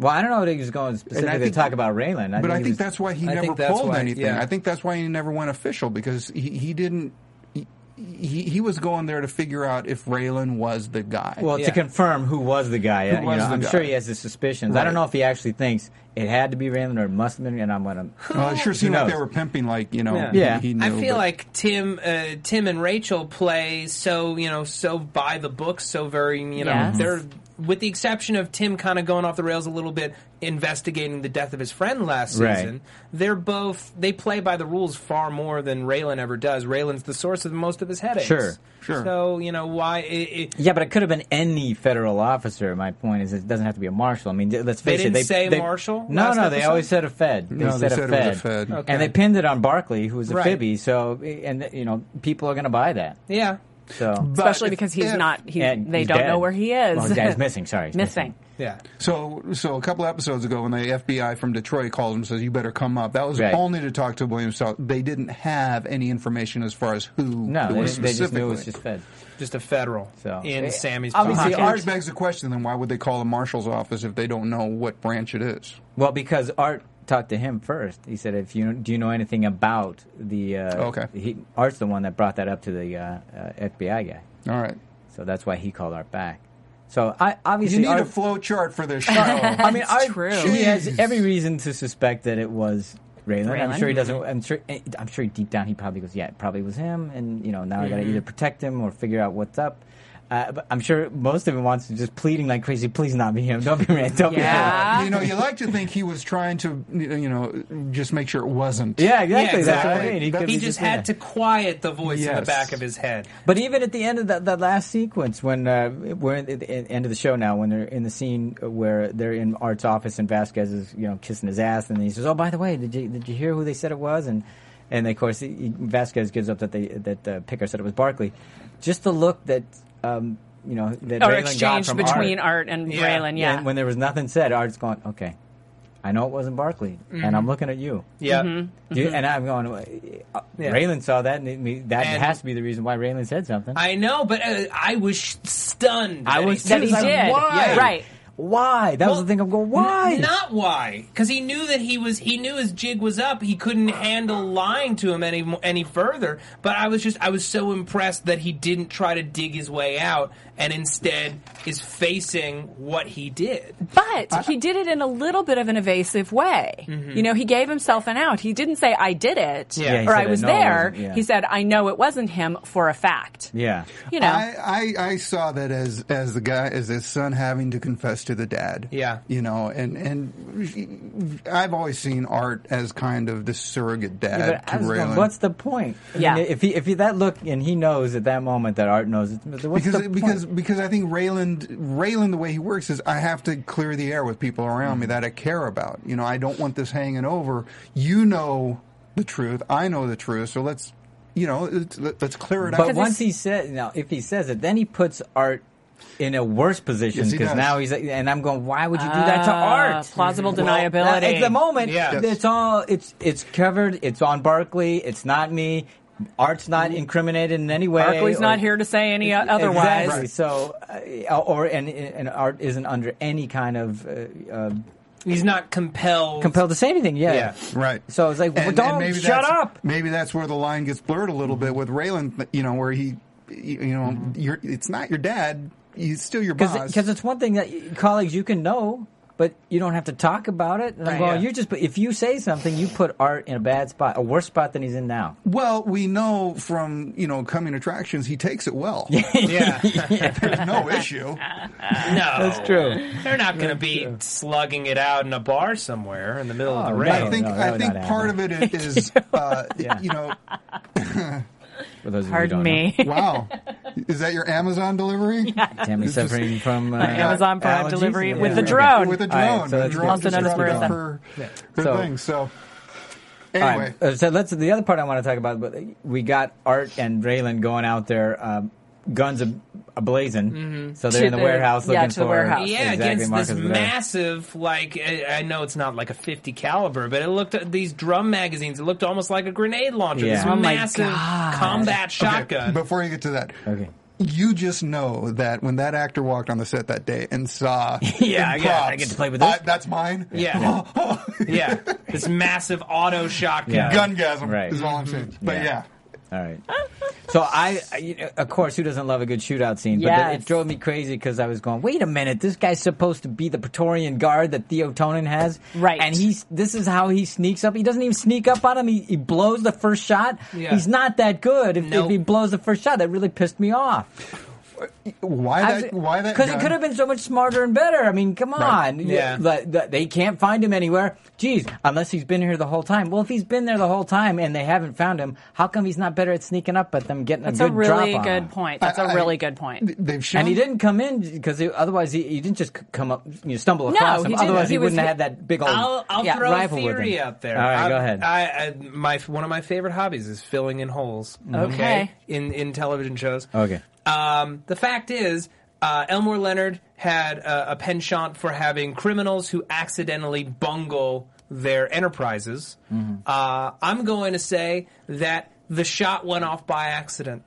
[SPEAKER 2] Well, I don't know if he was going specifically
[SPEAKER 6] think-
[SPEAKER 2] to talk about Raylan.
[SPEAKER 6] but I
[SPEAKER 2] he
[SPEAKER 6] think
[SPEAKER 2] was-
[SPEAKER 6] that's why he
[SPEAKER 5] I
[SPEAKER 6] never
[SPEAKER 5] think that's
[SPEAKER 6] pulled
[SPEAKER 5] why,
[SPEAKER 6] anything.
[SPEAKER 5] yeah.
[SPEAKER 6] I think that's why he never went official because he, he didn't. He, he he was going there to figure out if Raylan was the guy.
[SPEAKER 2] Well,
[SPEAKER 5] Yeah.
[SPEAKER 2] to confirm who was the guy, uh, you
[SPEAKER 6] was
[SPEAKER 2] know,
[SPEAKER 6] the
[SPEAKER 2] I'm
[SPEAKER 6] guy?
[SPEAKER 2] sure he has his suspicions. I don't
[SPEAKER 6] Right.
[SPEAKER 2] know if he actually thinks it had to be Raylan or it must have been, and I'm gonna.
[SPEAKER 6] Uh, it sure seemed like
[SPEAKER 2] knows?
[SPEAKER 6] they were pimping, like you know.
[SPEAKER 5] Yeah.
[SPEAKER 6] he-
[SPEAKER 2] Yeah.
[SPEAKER 6] He,
[SPEAKER 5] I
[SPEAKER 6] knew,
[SPEAKER 5] feel
[SPEAKER 6] but-
[SPEAKER 5] like Tim, uh, Tim and Rachel play so you know so by the book, so very you know
[SPEAKER 3] Yes.
[SPEAKER 5] they're with the exception of Tim kind of going off the rails a little bit, investigating the death of his friend last season.
[SPEAKER 2] Right.
[SPEAKER 5] They're both they play by the rules far more than Raylan ever does. Raylan's the source of most of his headaches.
[SPEAKER 2] Sure,
[SPEAKER 6] sure.
[SPEAKER 5] So you know why it, it,
[SPEAKER 2] Yeah, but it could have been any federal officer. My point is, it doesn't have to be a marshal. I mean, th- let's
[SPEAKER 5] They
[SPEAKER 2] face
[SPEAKER 5] didn't
[SPEAKER 2] it.
[SPEAKER 5] say
[SPEAKER 2] they,
[SPEAKER 5] marshal
[SPEAKER 2] No,
[SPEAKER 5] last
[SPEAKER 2] no, they
[SPEAKER 5] episode?
[SPEAKER 2] always said a Fed. They
[SPEAKER 6] No, they
[SPEAKER 2] said,
[SPEAKER 6] said it
[SPEAKER 2] a
[SPEAKER 6] was
[SPEAKER 2] Fed,
[SPEAKER 6] a Fed. Okay.
[SPEAKER 2] and they pinned it on Barkley, who was a
[SPEAKER 5] Right.
[SPEAKER 2] fibby. So, and you know, people are going to buy that.
[SPEAKER 5] yeah.
[SPEAKER 2] So,
[SPEAKER 3] Especially
[SPEAKER 6] if-
[SPEAKER 3] because he's
[SPEAKER 6] if-
[SPEAKER 3] not, he,
[SPEAKER 2] and
[SPEAKER 3] they
[SPEAKER 2] he's
[SPEAKER 3] don't
[SPEAKER 2] dead.
[SPEAKER 3] know where he is.
[SPEAKER 2] Well, his dad's missing. Sorry, he's
[SPEAKER 3] missing.
[SPEAKER 5] Yeah.
[SPEAKER 6] So, so a couple episodes ago, when the FBI from Detroit calls him, and says you better come up. That was
[SPEAKER 2] Right.
[SPEAKER 6] only to talk to William Stout. They didn't have any information as far as who.
[SPEAKER 2] No,
[SPEAKER 6] who
[SPEAKER 2] they,
[SPEAKER 6] was
[SPEAKER 2] they just knew it was
[SPEAKER 6] specifically.
[SPEAKER 2] just Fed.
[SPEAKER 5] Just a federal
[SPEAKER 2] So-
[SPEAKER 5] in
[SPEAKER 2] Yeah.
[SPEAKER 5] Sammy's
[SPEAKER 2] Obviously,
[SPEAKER 5] pocket.
[SPEAKER 6] Which always
[SPEAKER 2] Art-
[SPEAKER 6] begs the question: Then why would they call the marshal's office if they don't know what branch it is?
[SPEAKER 2] Well, because Art talked to him first. He said, "If you do you know anything about the uh,
[SPEAKER 6] Okay.
[SPEAKER 2] he, Art's the one that brought that up to the uh, uh, FBI guy,
[SPEAKER 6] All right,
[SPEAKER 2] so that's why he called Art back. So I obviously
[SPEAKER 6] you need
[SPEAKER 2] Art,
[SPEAKER 6] a flow chart for this show.
[SPEAKER 2] I mean,
[SPEAKER 3] That's
[SPEAKER 2] Art,
[SPEAKER 3] true.
[SPEAKER 2] He has
[SPEAKER 6] Jeez.
[SPEAKER 2] every reason to suspect that it was Raylan. I'm
[SPEAKER 3] Raylan.
[SPEAKER 2] sure he doesn't. I'm sure. eh, I'm sure deep down he probably goes, "Yeah, it probably was him." And you know, now I got to
[SPEAKER 6] Mm-hmm.
[SPEAKER 2] either protect him or figure out what's up. Uh, but I'm sure most of him wants to just pleading like crazy. Please not be him. Don't be Raylan. Don't
[SPEAKER 3] Yeah.
[SPEAKER 2] uh,
[SPEAKER 6] you know, you like to think he was trying to, you know, just make sure it wasn't.
[SPEAKER 2] be him. Yeah, exactly.
[SPEAKER 5] Yeah,
[SPEAKER 2] That's what
[SPEAKER 5] exactly.
[SPEAKER 2] I mean.
[SPEAKER 6] He
[SPEAKER 2] could
[SPEAKER 5] He
[SPEAKER 2] be
[SPEAKER 5] just
[SPEAKER 2] yeah.
[SPEAKER 5] had to quiet the voice in the
[SPEAKER 6] Yes.
[SPEAKER 5] back of his head.
[SPEAKER 2] But even at the end of that, that last sequence, when uh, we're at the end of the show now, when they're in the scene where they're in Art's office and Vasquez is you know kissing his ass, and he says, "Oh, by the way, did you did you hear who they said it was?" and and of course he- he- Vasquez gives up that they that uh, Picker said it was Barkley. Just the look that um, you know that
[SPEAKER 3] Or
[SPEAKER 2] Raylan got
[SPEAKER 3] exchange
[SPEAKER 2] from
[SPEAKER 3] between
[SPEAKER 2] Art,
[SPEAKER 3] Art, and
[SPEAKER 5] Yeah.
[SPEAKER 3] Raylan, yeah.
[SPEAKER 2] When, when there was nothing said, Art's going, "Okay, I know it wasn't Barkley, and I'm looking at you."
[SPEAKER 5] Yeah.
[SPEAKER 2] You- And I'm going. Uh,
[SPEAKER 5] Yeah.
[SPEAKER 2] Raylan saw that, and it, that
[SPEAKER 5] And-
[SPEAKER 2] has to be the reason why Raylan said something.
[SPEAKER 5] I know, but uh, I was sh- stunned.
[SPEAKER 2] I
[SPEAKER 5] that
[SPEAKER 2] was too.
[SPEAKER 5] he
[SPEAKER 3] that he
[SPEAKER 2] It's like,
[SPEAKER 3] did.
[SPEAKER 2] Why?
[SPEAKER 5] Yeah.
[SPEAKER 3] Right.
[SPEAKER 2] Why? That was
[SPEAKER 5] Well,
[SPEAKER 2] the thing. I'm going. Why?
[SPEAKER 5] N- Not why, because he knew that he was. He knew his jig was up. He couldn't handle lying to him any mo- any further. But I was just, I was so impressed that he didn't try to dig his way out, and instead is facing what he did.
[SPEAKER 3] But he did it in a little bit of an evasive way. You know, he gave himself an out. He didn't say, I did it,
[SPEAKER 2] Mm-hmm. Yeah, he
[SPEAKER 3] or
[SPEAKER 2] said,
[SPEAKER 3] I was
[SPEAKER 2] "I know it
[SPEAKER 3] there.
[SPEAKER 2] wasn't," yeah.
[SPEAKER 3] He said, I know it wasn't him for a fact.
[SPEAKER 2] yeah.
[SPEAKER 3] You know,
[SPEAKER 6] I, I, I saw that as as the guy as his son having to confess to the dad.
[SPEAKER 5] Yeah.
[SPEAKER 6] you know, and and I've always seen art as kind of the surrogate dad
[SPEAKER 2] Yeah, but
[SPEAKER 6] to
[SPEAKER 2] I was going,
[SPEAKER 6] Raylan.
[SPEAKER 2] what's the point? I
[SPEAKER 3] Yeah.
[SPEAKER 2] mean, if he if he, that look and he knows at that moment that Art knows, it, what's the
[SPEAKER 6] because
[SPEAKER 2] point?
[SPEAKER 6] because because I think Rayland Rayland the way he works is I have to clear the air with people around
[SPEAKER 2] Hmm.
[SPEAKER 6] me that I care about. You know, I don't want this hanging over. You know the truth. I know the truth. So let's you know let's, let's clear it
[SPEAKER 2] But
[SPEAKER 6] out.
[SPEAKER 2] once he says, now if he says it, then he puts Art in a worse position
[SPEAKER 6] Yes, he
[SPEAKER 2] because
[SPEAKER 6] does.
[SPEAKER 2] now he's. And I'm going, why would you do that to Art?
[SPEAKER 3] plausible
[SPEAKER 2] Well,
[SPEAKER 3] deniability.
[SPEAKER 2] at the moment,
[SPEAKER 5] Yeah.
[SPEAKER 2] it's all it's it's covered. It's on Barkley. It's not me. Art's not incriminated in any way.
[SPEAKER 3] Barkley's
[SPEAKER 2] or-
[SPEAKER 3] not here to say any o- otherwise.
[SPEAKER 2] Exactly. So, uh, or and and Art isn't under any kind of uh, uh,
[SPEAKER 5] He's not compelled.
[SPEAKER 2] compelled to say anything. Yeah.
[SPEAKER 5] Yeah.
[SPEAKER 6] Right.
[SPEAKER 2] So it's like, well, don't shut
[SPEAKER 6] that's-
[SPEAKER 2] up. Mm-hmm.
[SPEAKER 6] Maybe that's where the line gets blurred a little bit with Raylan. You know, where he, you you know, you're, it's not your dad. He's still your boss.
[SPEAKER 2] because it's one thing that y- colleagues you can know, but you don't have to talk about it. And I'm
[SPEAKER 5] Right,
[SPEAKER 2] going,
[SPEAKER 5] yeah.
[SPEAKER 2] you just put- if you say something, you put Art in a bad spot, a worse spot than he's in now.
[SPEAKER 6] well, we know from you know coming attractions, he takes it well.
[SPEAKER 5] Yeah.
[SPEAKER 6] There's no issue.
[SPEAKER 5] no. That's
[SPEAKER 2] true.
[SPEAKER 5] They're not going to be slugging it out in a bar somewhere in the middle of
[SPEAKER 2] Oh, no.
[SPEAKER 5] the rain.
[SPEAKER 6] I think
[SPEAKER 2] no, that
[SPEAKER 6] I
[SPEAKER 2] would
[SPEAKER 6] think
[SPEAKER 2] not
[SPEAKER 6] part of it is uh, you know
[SPEAKER 2] For those of you who
[SPEAKER 3] Pardon
[SPEAKER 2] don't
[SPEAKER 3] me.
[SPEAKER 6] wow is that your Amazon delivery
[SPEAKER 2] know. Tammy
[SPEAKER 6] This is-
[SPEAKER 2] suffering from uh,
[SPEAKER 3] Amazon Prime
[SPEAKER 2] allergies.
[SPEAKER 3] delivery with
[SPEAKER 2] Yeah.
[SPEAKER 3] the drone.
[SPEAKER 6] with a
[SPEAKER 2] All right,
[SPEAKER 6] drone
[SPEAKER 2] so
[SPEAKER 6] The
[SPEAKER 2] that's
[SPEAKER 6] drone
[SPEAKER 3] Also
[SPEAKER 6] just
[SPEAKER 3] known as
[SPEAKER 6] dropped off
[SPEAKER 3] Marissa.
[SPEAKER 6] her, her
[SPEAKER 2] So-
[SPEAKER 6] thing so
[SPEAKER 2] All
[SPEAKER 6] anyway
[SPEAKER 2] right. Uh, So let's. The other part I want to talk about, but uh, we got Art and Raylan going out there, um, guns a, blazing. So they're
[SPEAKER 3] To
[SPEAKER 2] in the,
[SPEAKER 3] the-
[SPEAKER 2] warehouse
[SPEAKER 3] yeah,
[SPEAKER 2] looking
[SPEAKER 3] to the
[SPEAKER 2] for
[SPEAKER 3] warehouse.
[SPEAKER 5] Mm-hmm. Yeah,
[SPEAKER 2] exactly,
[SPEAKER 5] against
[SPEAKER 2] Marcus
[SPEAKER 5] this
[SPEAKER 2] Blair.
[SPEAKER 5] massive, like I, I know it's not like a fifty caliber, but it looked these drum magazines. It looked almost like a grenade launcher. This
[SPEAKER 2] Yeah. Oh
[SPEAKER 3] my
[SPEAKER 5] massive
[SPEAKER 3] God.
[SPEAKER 5] combat shotgun.
[SPEAKER 6] before you get to that
[SPEAKER 2] Okay.
[SPEAKER 6] you just know that when that actor walked on the set that day and saw
[SPEAKER 5] Yeah,
[SPEAKER 6] the
[SPEAKER 5] yeah, I
[SPEAKER 6] props,
[SPEAKER 2] get to play with this.
[SPEAKER 6] that's mine Oh,
[SPEAKER 5] yeah, yeah, this massive auto shotgun.
[SPEAKER 2] Yeah.
[SPEAKER 6] gungasm
[SPEAKER 2] Uh, Right. Mm-hmm.
[SPEAKER 6] is all I'm saying but
[SPEAKER 2] Yeah.
[SPEAKER 6] yeah.
[SPEAKER 2] All right. So I, I- you know, of course, who doesn't love a good shootout scene? But then
[SPEAKER 3] Yes.
[SPEAKER 2] it drove me crazy because I was going, wait a minute, this guy's supposed to be the Praetorian guard that Theo Tonin has,
[SPEAKER 3] Right.
[SPEAKER 2] And he's this is how he sneaks up. He doesn't even sneak up on him. He, he blows the first shot.
[SPEAKER 5] Yeah.
[SPEAKER 2] He's not that good. If,
[SPEAKER 5] Nope.
[SPEAKER 2] if he blows the first shot, that really pissed me off
[SPEAKER 6] why
[SPEAKER 2] I was-
[SPEAKER 6] that why that
[SPEAKER 2] he
[SPEAKER 6] gun?
[SPEAKER 2] could have been so much smarter and better. I mean, come on,
[SPEAKER 6] Right.
[SPEAKER 5] Yeah.
[SPEAKER 2] The- the- they can't find him anywhere. Geez, unless he's been here the whole time. Well, if he's been there the whole time and they haven't found him, how come he's not better at sneaking up at them, getting
[SPEAKER 3] That's
[SPEAKER 2] a
[SPEAKER 3] a
[SPEAKER 2] good drop
[SPEAKER 3] really
[SPEAKER 2] on
[SPEAKER 3] good
[SPEAKER 2] him?
[SPEAKER 3] point. That's
[SPEAKER 6] I-
[SPEAKER 3] a
[SPEAKER 6] I-
[SPEAKER 3] really good point.
[SPEAKER 6] they've shown
[SPEAKER 2] And he didn't come in because otherwise he, he didn't just c- come up, you know, stumble
[SPEAKER 3] No,
[SPEAKER 2] across him.
[SPEAKER 3] he didn't.
[SPEAKER 2] Otherwise, he,
[SPEAKER 3] He was-
[SPEAKER 2] wouldn't have had that big old
[SPEAKER 5] I'll, I'll
[SPEAKER 3] Yeah,
[SPEAKER 5] throw a
[SPEAKER 2] rifle with
[SPEAKER 5] theory
[SPEAKER 2] him.
[SPEAKER 5] out there.
[SPEAKER 2] All right,
[SPEAKER 5] I,
[SPEAKER 2] go ahead.
[SPEAKER 5] I, I, my one of my favorite hobbies is filling in holes.
[SPEAKER 3] Okay.
[SPEAKER 5] in in television shows.
[SPEAKER 2] Okay.
[SPEAKER 5] Um, the fact is, uh, Elmore Leonard had uh, a penchant for having criminals who accidentally bungle their enterprises.
[SPEAKER 2] Mm-hmm.
[SPEAKER 5] Uh, I'm going to say that the shot went off by accident.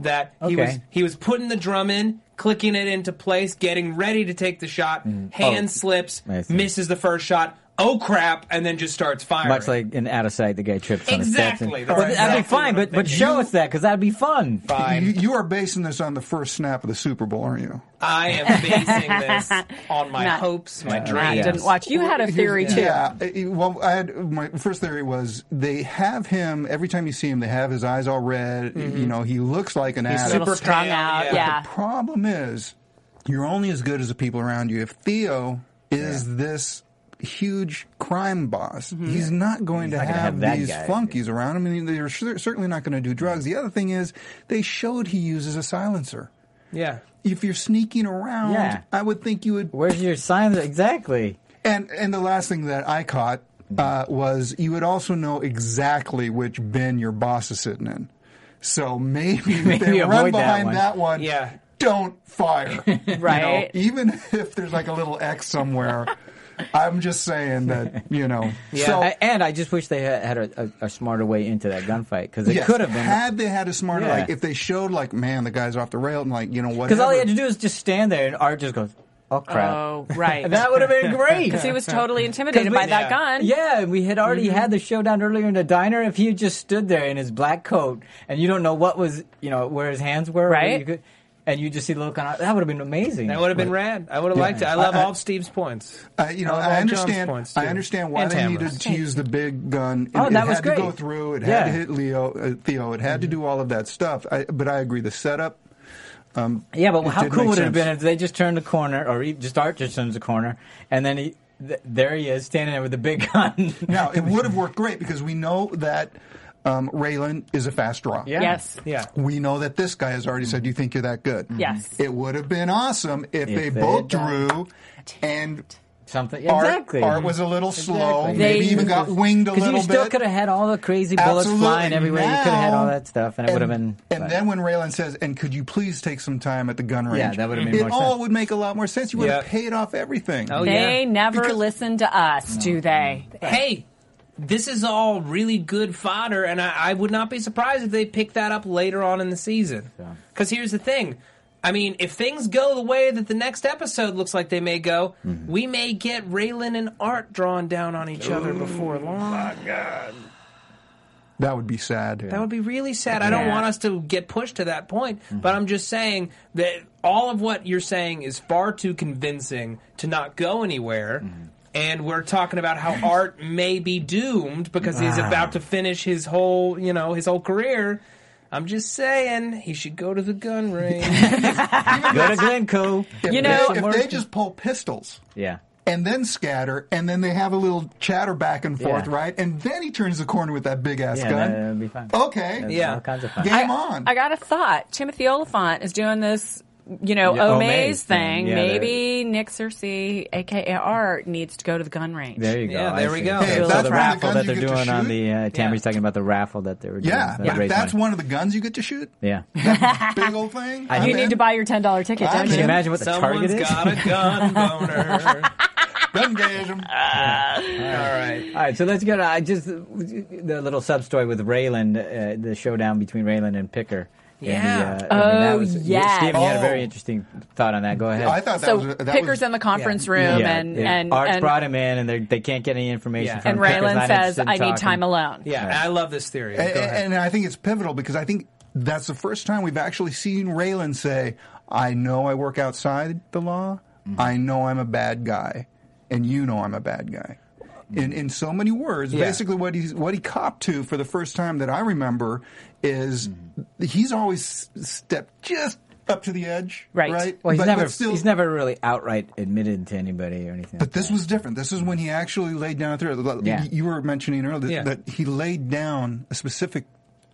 [SPEAKER 5] That he
[SPEAKER 2] Okay.
[SPEAKER 5] was he was putting the drum in, clicking it into place, getting ready to take the shot. Hand
[SPEAKER 2] Oh.
[SPEAKER 5] slips,
[SPEAKER 2] I see.
[SPEAKER 5] misses the first shot. Oh crap! And then just starts firing.
[SPEAKER 2] Much like in Out of Sight, the guy trips on his steps. and-
[SPEAKER 5] Exactly.
[SPEAKER 2] Well,
[SPEAKER 5] That's
[SPEAKER 2] that'd
[SPEAKER 5] exactly
[SPEAKER 2] be fine,
[SPEAKER 5] what I'm
[SPEAKER 2] but, but
[SPEAKER 5] thinking.
[SPEAKER 2] show us that because that'd be fun.
[SPEAKER 6] you, you are basing this on the first snap of the Super Bowl aren't you
[SPEAKER 5] I am basing this on my
[SPEAKER 3] Not-
[SPEAKER 5] hopes, my
[SPEAKER 3] I
[SPEAKER 5] dreams.
[SPEAKER 3] didn't watch. You had a theory too.
[SPEAKER 6] Yeah. uh, Well, I had my first theory was they have him every time you see him. They have his eyes all red.
[SPEAKER 3] Mm-hmm.
[SPEAKER 6] You know, he looks like an
[SPEAKER 3] A
[SPEAKER 6] addict.
[SPEAKER 3] little
[SPEAKER 5] Super
[SPEAKER 3] strung
[SPEAKER 5] pale,
[SPEAKER 3] out.
[SPEAKER 5] yeah.
[SPEAKER 3] Yeah.
[SPEAKER 6] The problem is, you're only as good as the people around you. If Theo is this huge crime boss,
[SPEAKER 3] Mm-hmm.
[SPEAKER 6] he's not going to
[SPEAKER 2] not gonna
[SPEAKER 6] have,
[SPEAKER 2] have that
[SPEAKER 6] these
[SPEAKER 2] guy.
[SPEAKER 6] flunkies around him, and they're cer- certainly not going to do drugs. The other thing is, they showed he uses a silencer.
[SPEAKER 5] Yeah.
[SPEAKER 6] If you're sneaking around,
[SPEAKER 2] Yeah.
[SPEAKER 6] I would think you would
[SPEAKER 2] Where's your sign? Exactly.
[SPEAKER 6] and and the last thing that I caught uh, was you would also know exactly which bin your boss is sitting in. So maybe, if
[SPEAKER 2] Maybe
[SPEAKER 6] they run
[SPEAKER 2] avoid that
[SPEAKER 6] behind
[SPEAKER 2] one.
[SPEAKER 6] that one.
[SPEAKER 5] Yeah.
[SPEAKER 6] Don't fire. You know,
[SPEAKER 3] Right.
[SPEAKER 6] even if there's like a little X somewhere. I'm just saying that, you know. So
[SPEAKER 2] I- and I just wish they had, had a, a, a smarter way into that gunfight because it
[SPEAKER 6] yes,
[SPEAKER 2] could have been.
[SPEAKER 6] had they had a smarter
[SPEAKER 2] Yeah.
[SPEAKER 6] like if they showed like, man, the guy's off the rail and like, you know what
[SPEAKER 2] Because all he had to do is just stand there, and Art just goes, "Oh crap!"
[SPEAKER 3] Oh, right.
[SPEAKER 2] And that would have been great.
[SPEAKER 3] Because he was totally intimidated
[SPEAKER 2] 'Cause we-
[SPEAKER 3] by that
[SPEAKER 5] Yeah.
[SPEAKER 3] gun.
[SPEAKER 2] Yeah, we had already
[SPEAKER 6] Mm-hmm.
[SPEAKER 2] had the showdown earlier in the diner. If he had just stood there in his black coat, and you don't know what was, you know, where his hands were,
[SPEAKER 3] Right.
[SPEAKER 2] You could, and you just see the look on that would have been amazing.
[SPEAKER 5] That would have been rad. I would have liked it. I love all of Steve's points.
[SPEAKER 6] I, Uh, you know,
[SPEAKER 2] Oh,
[SPEAKER 5] Well,
[SPEAKER 6] I
[SPEAKER 5] John
[SPEAKER 6] understand.
[SPEAKER 5] Jones points,
[SPEAKER 6] I
[SPEAKER 5] too.
[SPEAKER 6] understand why
[SPEAKER 5] And
[SPEAKER 6] they
[SPEAKER 5] Tamra's.
[SPEAKER 6] needed to use the big gun. It,
[SPEAKER 2] Oh, that
[SPEAKER 6] it
[SPEAKER 2] was
[SPEAKER 6] had
[SPEAKER 2] great.
[SPEAKER 6] to go through. It
[SPEAKER 2] Yeah. Mm-hmm.
[SPEAKER 6] had to hit Leo, uh, Theo. It had to do all of that stuff. I, but I agree. The setup
[SPEAKER 2] Yeah, but
[SPEAKER 6] It
[SPEAKER 2] how
[SPEAKER 6] did
[SPEAKER 2] cool
[SPEAKER 6] make
[SPEAKER 2] would it have been
[SPEAKER 6] sense.
[SPEAKER 2] if they just turned the corner, or he- just Art just turns the corner, and then he, th- there he is standing there with the big gun.
[SPEAKER 6] Now it would have worked great because we know that um, Raylan is a fast draw.
[SPEAKER 2] Yeah.
[SPEAKER 3] Yes.
[SPEAKER 5] Yeah.
[SPEAKER 6] We know that this guy has already said, "Do you think you're that good?"
[SPEAKER 3] Yes.
[SPEAKER 6] It would have been awesome
[SPEAKER 2] Mm-hmm. If
[SPEAKER 6] if, they,
[SPEAKER 2] they
[SPEAKER 6] both
[SPEAKER 2] had done-
[SPEAKER 6] drew, and
[SPEAKER 2] Something
[SPEAKER 6] Art,
[SPEAKER 2] exactly.
[SPEAKER 6] Art was a little slow.
[SPEAKER 2] Exactly.
[SPEAKER 6] Maybe
[SPEAKER 3] They-
[SPEAKER 6] even got winged a
[SPEAKER 2] Because
[SPEAKER 6] little
[SPEAKER 2] you still
[SPEAKER 6] bit.
[SPEAKER 2] could have had all the crazy bullets
[SPEAKER 6] Absolutely.
[SPEAKER 2] flying everywhere. you could have had
[SPEAKER 6] Now-
[SPEAKER 2] all that stuff, and it would have been.
[SPEAKER 6] And
[SPEAKER 2] but-
[SPEAKER 6] then when Raylan says, "And could you please take some time at the gun range?"
[SPEAKER 2] Yeah, that would have made
[SPEAKER 6] it
[SPEAKER 2] more
[SPEAKER 6] all
[SPEAKER 2] sense.
[SPEAKER 6] would make a lot more sense. You would have
[SPEAKER 5] Yeah.
[SPEAKER 6] paid off everything.
[SPEAKER 5] Oh,
[SPEAKER 3] They
[SPEAKER 5] yeah.
[SPEAKER 3] never
[SPEAKER 6] Because-
[SPEAKER 3] listen to
[SPEAKER 2] Mm.
[SPEAKER 3] us, do they?
[SPEAKER 5] Hey, this is all really good fodder, and I, I would not be surprised if they pick that up later on in the season. Because here's the thing. I mean, if things go the way that the next episode looks like they may go, we may get Raylan and Art drawn down on each other before long.
[SPEAKER 6] That would be sad.
[SPEAKER 5] That would be really sad. I don't
[SPEAKER 3] Yeah.
[SPEAKER 5] want us to get pushed to that point, but I'm just saying that all of what you're saying is far too convincing to not go anywhere. And we're talking about how Art may be doomed because he's about to finish his whole, you know, his whole career. I'm just saying he should go to the gun range.
[SPEAKER 2] go to Glencoe.
[SPEAKER 3] You
[SPEAKER 6] They-
[SPEAKER 3] know,
[SPEAKER 6] if they just pull pistols
[SPEAKER 2] yeah.
[SPEAKER 6] and then scatter, and then they have a little chatter back and forth,
[SPEAKER 2] Yeah.
[SPEAKER 6] right? And then he turns the corner with that big ass
[SPEAKER 2] Yeah, uh,
[SPEAKER 6] gun.
[SPEAKER 2] that would be fun.
[SPEAKER 6] Okay.
[SPEAKER 2] That'd be
[SPEAKER 5] Yeah.
[SPEAKER 2] All kinds of fun.
[SPEAKER 6] Game on.
[SPEAKER 3] I got a thought. Timothy Oliphant is doing this, you know,
[SPEAKER 2] Yeah,
[SPEAKER 3] Omaze
[SPEAKER 2] Omaze thing.
[SPEAKER 3] thing.
[SPEAKER 2] Yeah,
[SPEAKER 3] Maybe Nick Cersei, aka Art, needs to go to the gun range.
[SPEAKER 2] There you go.
[SPEAKER 5] Yeah,
[SPEAKER 2] I
[SPEAKER 5] there we
[SPEAKER 2] see.
[SPEAKER 5] go. Hey, if
[SPEAKER 2] so
[SPEAKER 6] that's
[SPEAKER 2] the
[SPEAKER 6] one of the
[SPEAKER 2] raffle
[SPEAKER 6] guns
[SPEAKER 2] that
[SPEAKER 6] you
[SPEAKER 2] they're
[SPEAKER 6] get to
[SPEAKER 2] doing on
[SPEAKER 6] shoot-
[SPEAKER 2] the uh, Tammy's talking about the raffle that they were doing.
[SPEAKER 6] yeah,
[SPEAKER 2] That
[SPEAKER 6] but
[SPEAKER 2] raised
[SPEAKER 6] that's
[SPEAKER 2] money.
[SPEAKER 6] one of the guns you get to shoot.
[SPEAKER 2] Yeah.
[SPEAKER 6] That big old thing.
[SPEAKER 2] I
[SPEAKER 6] I'm
[SPEAKER 3] You
[SPEAKER 2] do.
[SPEAKER 6] in.
[SPEAKER 3] need to buy your ten dollar ticket,
[SPEAKER 6] I'm
[SPEAKER 3] don't
[SPEAKER 2] Can you
[SPEAKER 3] you?
[SPEAKER 6] in.
[SPEAKER 2] imagine what the target
[SPEAKER 5] Someone's
[SPEAKER 2] is?
[SPEAKER 5] got a gun boner.
[SPEAKER 6] gun gasm.
[SPEAKER 5] all right.
[SPEAKER 2] All right, so let's go to I just the little sub story with Raylan, uh, the showdown between Raylan and Picker.
[SPEAKER 5] Yeah.
[SPEAKER 2] And the, uh, I mean, that
[SPEAKER 3] Oh,
[SPEAKER 2] was,
[SPEAKER 3] yes.
[SPEAKER 2] Steven had a very
[SPEAKER 6] Oh.
[SPEAKER 2] interesting thought on that. Go ahead.
[SPEAKER 6] I thought that
[SPEAKER 3] So
[SPEAKER 6] was a- that
[SPEAKER 3] Picker's
[SPEAKER 6] was,
[SPEAKER 3] in the conference
[SPEAKER 5] Yeah.
[SPEAKER 3] room,
[SPEAKER 2] yeah,
[SPEAKER 3] and
[SPEAKER 2] yeah.
[SPEAKER 3] and
[SPEAKER 2] Arch
[SPEAKER 3] and,
[SPEAKER 2] brought him in, and they're- they can't get any information
[SPEAKER 5] Yeah.
[SPEAKER 2] from
[SPEAKER 3] and
[SPEAKER 2] Picker's
[SPEAKER 3] Raylan
[SPEAKER 2] not
[SPEAKER 3] says,
[SPEAKER 2] interested in
[SPEAKER 3] "I need
[SPEAKER 2] talking.
[SPEAKER 3] time alone."
[SPEAKER 5] Yeah, I love this theory. Go
[SPEAKER 6] and,
[SPEAKER 5] ahead.
[SPEAKER 6] and I think it's pivotal because I think that's the first time we've actually seen Raylan say, "I know I work outside the law.
[SPEAKER 2] Mm-hmm.
[SPEAKER 6] I know I'm a bad guy, and you know I'm a bad guy." In in so many words,
[SPEAKER 5] Yeah.
[SPEAKER 6] basically what he's what he copped to for the first time that I remember is
[SPEAKER 2] Mm-hmm.
[SPEAKER 6] he's always s- stepped just up to the edge,
[SPEAKER 3] Right.
[SPEAKER 6] Right.
[SPEAKER 2] Well, he's
[SPEAKER 6] But-
[SPEAKER 2] never
[SPEAKER 6] but still-
[SPEAKER 2] he's never really outright admitted to anybody or anything.
[SPEAKER 6] But this was different. This is when he actually laid down a threat. Like
[SPEAKER 2] Yeah.
[SPEAKER 6] You were mentioning earlier
[SPEAKER 5] Yeah.
[SPEAKER 6] that he laid down a specific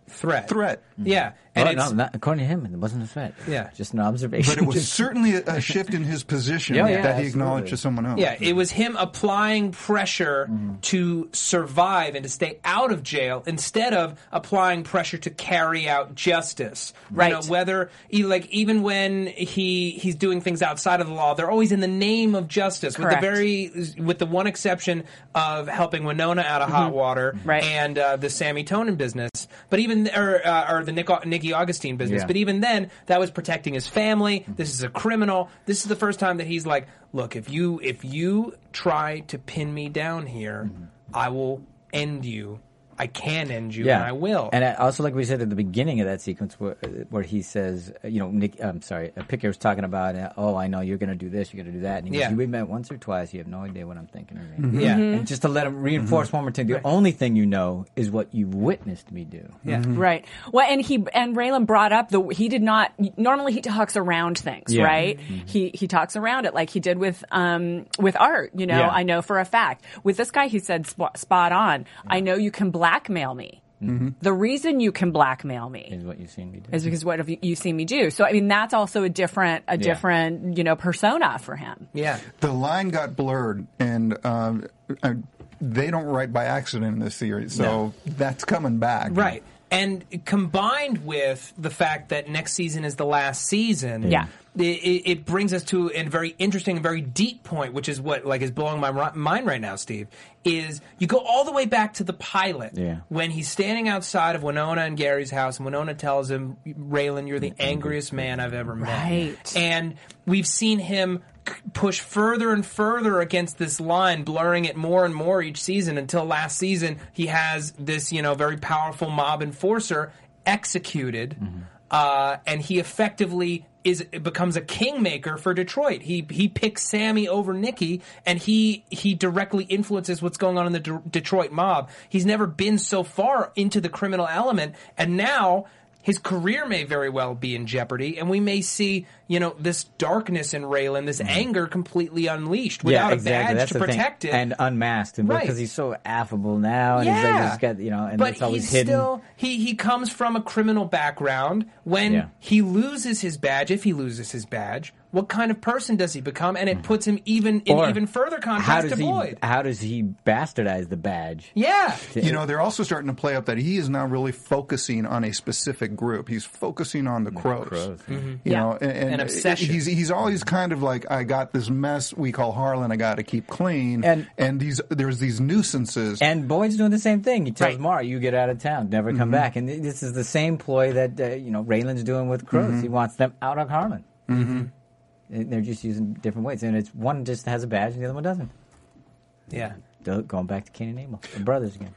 [SPEAKER 5] threat.
[SPEAKER 6] threat,
[SPEAKER 5] Yeah.
[SPEAKER 2] and
[SPEAKER 5] And it's,
[SPEAKER 2] Oh, no, not, according to him, it wasn't a threat.
[SPEAKER 5] Yeah.
[SPEAKER 2] just an observation.
[SPEAKER 6] but it was
[SPEAKER 2] Just-
[SPEAKER 6] certainly a, a shift in his position
[SPEAKER 2] Yeah, yeah,
[SPEAKER 6] that he
[SPEAKER 2] absolutely.
[SPEAKER 6] acknowledged to someone else.
[SPEAKER 5] Yeah, it was him applying pressure
[SPEAKER 3] Mm.
[SPEAKER 5] to survive and to stay out of jail instead of applying pressure to carry out justice.
[SPEAKER 3] Right.
[SPEAKER 5] You know, whether e- like even when he he's doing things outside of the law, they're always in the name of justice.
[SPEAKER 3] Correct.
[SPEAKER 5] With the very with the one exception of helping Winona out of hot water
[SPEAKER 3] Mm-hmm. Right.
[SPEAKER 5] and uh, the Sammy Tonin business, but even or uh, or the Nick, Nicky Augustine business,
[SPEAKER 2] Yeah.
[SPEAKER 5] but even then that was protecting his family. This is a criminal. This is the first time that he's like, look, if you if you try to pin me down here,
[SPEAKER 2] Mm-hmm.
[SPEAKER 5] I will end you. I can end you, and I will.
[SPEAKER 2] And I also, like we said at the beginning of that sequence, where, where he says, uh, you know, Nick, I'm sorry, uh, Picker was talking about, uh, oh, I know you're going to do this, you're going to do that. And he
[SPEAKER 5] Yeah. Mm-hmm.
[SPEAKER 2] goes, we met once or twice, you have no idea what I'm thinking. Or anything."
[SPEAKER 5] Yeah.
[SPEAKER 2] And just to let him reinforce one more time, the only thing you know is what you witnessed me do.
[SPEAKER 5] yeah.
[SPEAKER 3] Right. Well, and he and Raylan brought up the he did not normally he talks around things,
[SPEAKER 2] Yeah. Mm-hmm.
[SPEAKER 3] right? He he talks around it like he did with um with art. You know,
[SPEAKER 2] Yeah.
[SPEAKER 3] I know for a fact with this guy he said sp- spot on. I know you can blackmail me.
[SPEAKER 2] Mm-hmm.
[SPEAKER 3] The reason you can blackmail me
[SPEAKER 2] Is what you've seen me do.
[SPEAKER 3] is because what have you, you seen me do? So I mean that's also a different a different you know persona for him.
[SPEAKER 5] Yeah.
[SPEAKER 6] The line got blurred, and um, uh, they don't write by accident in this series, so that's coming back.
[SPEAKER 5] Right. And combined with the fact that next season is the last season,
[SPEAKER 3] Yeah.
[SPEAKER 5] it, it it brings us to a very interesting and very deep point, which is what like is blowing my ri- mind right now, Steve. Is you go all the way back to the pilot
[SPEAKER 2] Yeah.
[SPEAKER 5] when he's standing outside of Winona and Gary's house, and Winona tells him, "Raylan, you're the angriest man I've ever met."
[SPEAKER 3] Right.
[SPEAKER 5] And we've seen him c- push further and further against this line, blurring it more and more each season until last season he has this, you know, very powerful mob enforcer executed. Uh, and he effectively is becomes a kingmaker for Detroit. He he picks Sammy over Nikki, and he he directly influences what's going on in the De- Detroit mob. He's never been so far into the criminal element, and now his career may very well be in jeopardy, and we may see you know this darkness in Raylan, this anger completely unleashed without
[SPEAKER 2] Mm-hmm. yeah, exactly.
[SPEAKER 5] a badge
[SPEAKER 2] That's
[SPEAKER 5] to
[SPEAKER 2] the
[SPEAKER 5] protect
[SPEAKER 2] thing.
[SPEAKER 5] it.
[SPEAKER 2] and unmasked, and
[SPEAKER 5] Right.
[SPEAKER 2] because he's so affable now, and he's like, he's got you know, and
[SPEAKER 5] but
[SPEAKER 2] it's always
[SPEAKER 5] he's
[SPEAKER 2] hidden.
[SPEAKER 5] still he he comes from a criminal background. When
[SPEAKER 2] Yeah.
[SPEAKER 5] he loses his badge, if he loses his badge, what kind of person does he become? And it puts him even in
[SPEAKER 2] Mm-hmm. Or
[SPEAKER 5] even further
[SPEAKER 2] how
[SPEAKER 5] contrast
[SPEAKER 2] does
[SPEAKER 5] to
[SPEAKER 2] he?
[SPEAKER 5] Boyd.
[SPEAKER 2] How does he bastardize the badge?
[SPEAKER 5] yeah.
[SPEAKER 6] You know, they're also starting to play up that he is not really focusing on a specific group. He's focusing on the crows.
[SPEAKER 2] crows,
[SPEAKER 6] You
[SPEAKER 3] Yeah.
[SPEAKER 6] know, and, and
[SPEAKER 5] An obsession.
[SPEAKER 6] He's he's always kind of like, I got this mess we call Harlan. I got to keep clean.
[SPEAKER 2] And-
[SPEAKER 6] and these there's these nuisances.
[SPEAKER 2] And Boyd's doing the same thing. He tells
[SPEAKER 5] Right.
[SPEAKER 2] Mara, "You get out of town, never come back." And th- this is the same ploy that uh, you know Raylan's doing with Crows. He wants them out of Harmon. Mm-hmm. And they're just using different ways, and it's one just has a badge, and the other one doesn't.
[SPEAKER 5] Yeah.
[SPEAKER 2] Go- Going back to Cain and Abel, the brothers again.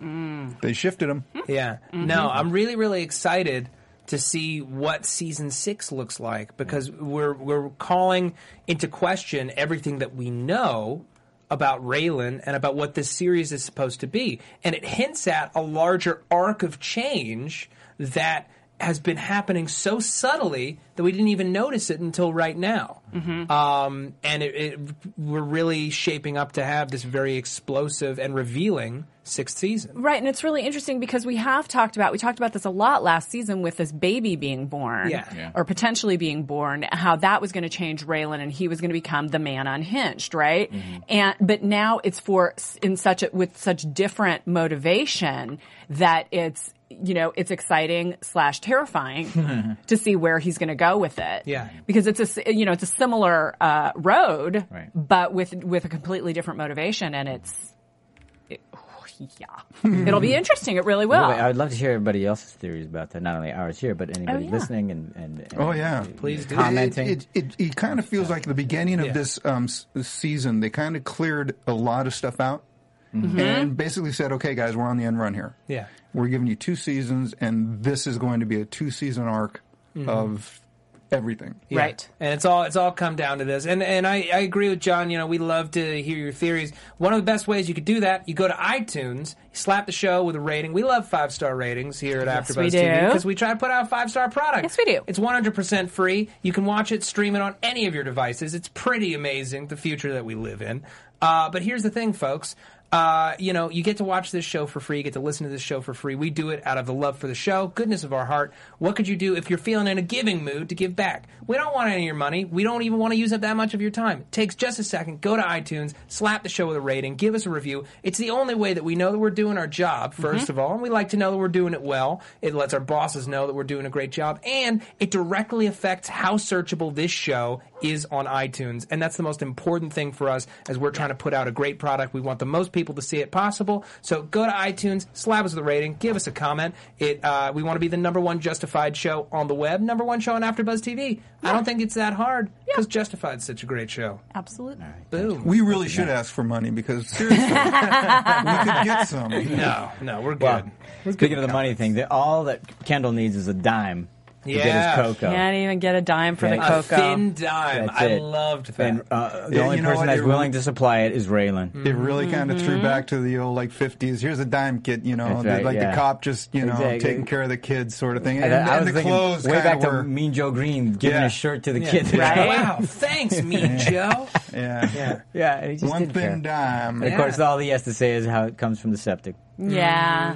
[SPEAKER 6] they shifted him.
[SPEAKER 5] Yeah. No, I'm really, really excited to see what season six looks like because we're we're calling into question everything that we know about Raylan and about what this series is supposed to be. And it hints at a larger arc of change that has been happening so subtly that we didn't even notice it until right now. Um, and it, it, we're really shaping up to have this very explosive and revealing sixth season.
[SPEAKER 3] Right, and it's really interesting because we have talked about we talked about this a lot last season with this baby being born,
[SPEAKER 5] Yeah. Yeah.
[SPEAKER 3] or potentially being born, how that was going to change Raylan and he was going to become the man unhinged, right? And but now it's for s- in such a, with such different motivation that it's you know it's exciting slash terrifying to see where he's going to go with it,
[SPEAKER 5] Yeah.
[SPEAKER 3] because it's a s- you know it's a similar uh, road,
[SPEAKER 2] Right.
[SPEAKER 3] but with with a completely different motivation, and it's yeah. Hmm. It'll uh, be interesting. It really will.
[SPEAKER 2] By the way, I would love to hear everybody else's theories about that, not only ours here, but anybody
[SPEAKER 3] yeah.
[SPEAKER 2] listening and, and, and
[SPEAKER 6] Oh yeah,
[SPEAKER 5] Please do.
[SPEAKER 2] commenting.
[SPEAKER 6] It, it, it, it kind of feels like the beginning of
[SPEAKER 5] Yeah.
[SPEAKER 6] this um, s- season. They kind of cleared a lot of stuff out and basically said, "Okay, guys, we're on the end run here.
[SPEAKER 5] Mm-hmm. Yeah.
[SPEAKER 6] we're giving you two seasons, and this is going to be a two season arc of everything."
[SPEAKER 5] Mm-hmm. Yeah.
[SPEAKER 3] Right.
[SPEAKER 5] And it's all it's all come down to this. And and I, I agree with John, you know, we love to hear your theories. One of the best ways you could do that, you go to iTunes, slap the show with a rating. We love five star ratings here at
[SPEAKER 3] Yes,
[SPEAKER 5] AfterBuzz
[SPEAKER 3] we
[SPEAKER 5] TV
[SPEAKER 3] do.
[SPEAKER 5] because we try to put out five star product.
[SPEAKER 3] Yes, we do.
[SPEAKER 5] It's one hundred percent free. You can watch it, stream it on any of your devices. It's pretty amazing the future that we live in. Uh, but here's the thing, folks. Uh, you know, you get to watch this show for free. You get to listen to this show for free. We do it out of the love for the show, goodness of our heart. What could you do if you're feeling in a giving mood to give back? We don't want any of your money. We don't even want to use up that much of your time. It takes just a second. Go to iTunes, slap the show with a rating, give us a review. It's the only way that we know that we're doing our job, 1st of all, and we like to know that we're doing it well. It lets our bosses know that we're doing a great job, and it directly affects how searchable this show is on iTunes. And that's the most important thing for us as we're trying to put out a great product. We want the most people to see it possible. So go to iTunes, slap us with a rating, give us a comment. It uh, we want to be the number one justified show on the web, number one show on AfterBuzz TV. I don't think it's that hard because Justified's such a great show.
[SPEAKER 3] Absolutely.
[SPEAKER 5] Boom.
[SPEAKER 6] We really should ask for money because seriously, we could get some.
[SPEAKER 5] No, no, we're good.
[SPEAKER 2] Well, speaking of the money thing, that all that Kendall needs is a dime to
[SPEAKER 5] Yeah.
[SPEAKER 2] get his cocoa.
[SPEAKER 3] Can't even get a dime for
[SPEAKER 2] Yeah.
[SPEAKER 3] the
[SPEAKER 5] a
[SPEAKER 3] cocoa.
[SPEAKER 5] thin dime.
[SPEAKER 2] That's
[SPEAKER 5] I
[SPEAKER 2] it.
[SPEAKER 5] loved that.
[SPEAKER 2] And uh, the
[SPEAKER 6] Yeah,
[SPEAKER 2] only
[SPEAKER 6] you know
[SPEAKER 2] person
[SPEAKER 6] what, Mm.
[SPEAKER 2] that's
[SPEAKER 6] it
[SPEAKER 2] willing
[SPEAKER 6] really-
[SPEAKER 2] to supply it is Raylan.
[SPEAKER 6] It really kind
[SPEAKER 5] Mm-hmm.
[SPEAKER 6] of threw back to the old like fifties. Here's a dime kid, you know,
[SPEAKER 2] That's
[SPEAKER 6] the-
[SPEAKER 2] right,
[SPEAKER 6] like
[SPEAKER 2] yeah.
[SPEAKER 6] the cop just you know
[SPEAKER 2] Exactly.
[SPEAKER 6] taking care of the kids sort of thing. And,
[SPEAKER 2] And I
[SPEAKER 6] and
[SPEAKER 2] was
[SPEAKER 6] the
[SPEAKER 2] thinking
[SPEAKER 6] clothes
[SPEAKER 2] way
[SPEAKER 6] kind
[SPEAKER 2] back
[SPEAKER 6] of were,
[SPEAKER 2] to Mean Joe Green giving
[SPEAKER 6] Yeah.
[SPEAKER 2] his shirt to the
[SPEAKER 5] Yeah.
[SPEAKER 2] kid.
[SPEAKER 3] Right?
[SPEAKER 5] Wow, thanks, me, Joe.
[SPEAKER 6] yeah,
[SPEAKER 5] Yeah.
[SPEAKER 2] Yeah, and he just
[SPEAKER 6] one
[SPEAKER 2] didn't care.
[SPEAKER 6] thin dime.
[SPEAKER 2] And of
[SPEAKER 5] Yeah.
[SPEAKER 2] course, all he has to say is how it comes from the septic.
[SPEAKER 3] yeah.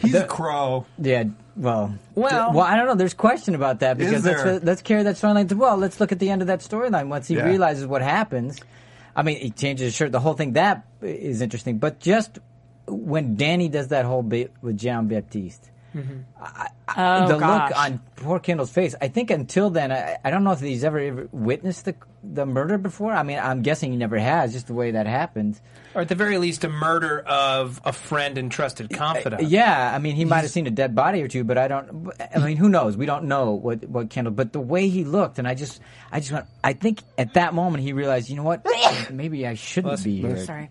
[SPEAKER 6] He's a crow.
[SPEAKER 2] Yeah, well,
[SPEAKER 5] Well-
[SPEAKER 2] well, I don't know. There's question about that because
[SPEAKER 6] there?
[SPEAKER 2] let's let's carry that storyline. to- Well, let's look at the end of that storyline once he
[SPEAKER 6] Yeah.
[SPEAKER 2] realizes what happens. I mean, he changes his shirt. The whole thing that is interesting, but just when Danny does that whole bit with Jean Baptiste.
[SPEAKER 3] Oh,
[SPEAKER 2] the
[SPEAKER 3] gosh.
[SPEAKER 2] look on poor Kendall's face. I think until then, I, I don't know if he's ever, ever witnessed the the murder before. I mean, I'm guessing he never has, just the way that happened.
[SPEAKER 5] Or at the very least, a murder of a friend and trusted confidant.
[SPEAKER 2] uh, Yeah, I mean, he might have seen a dead body or two, but I don't. I mean, who knows? We don't know what what Kendall. But the way he looked, and I just, I just went. I think at that moment he realized, you know what? Maybe I shouldn't be here.
[SPEAKER 3] Sorry.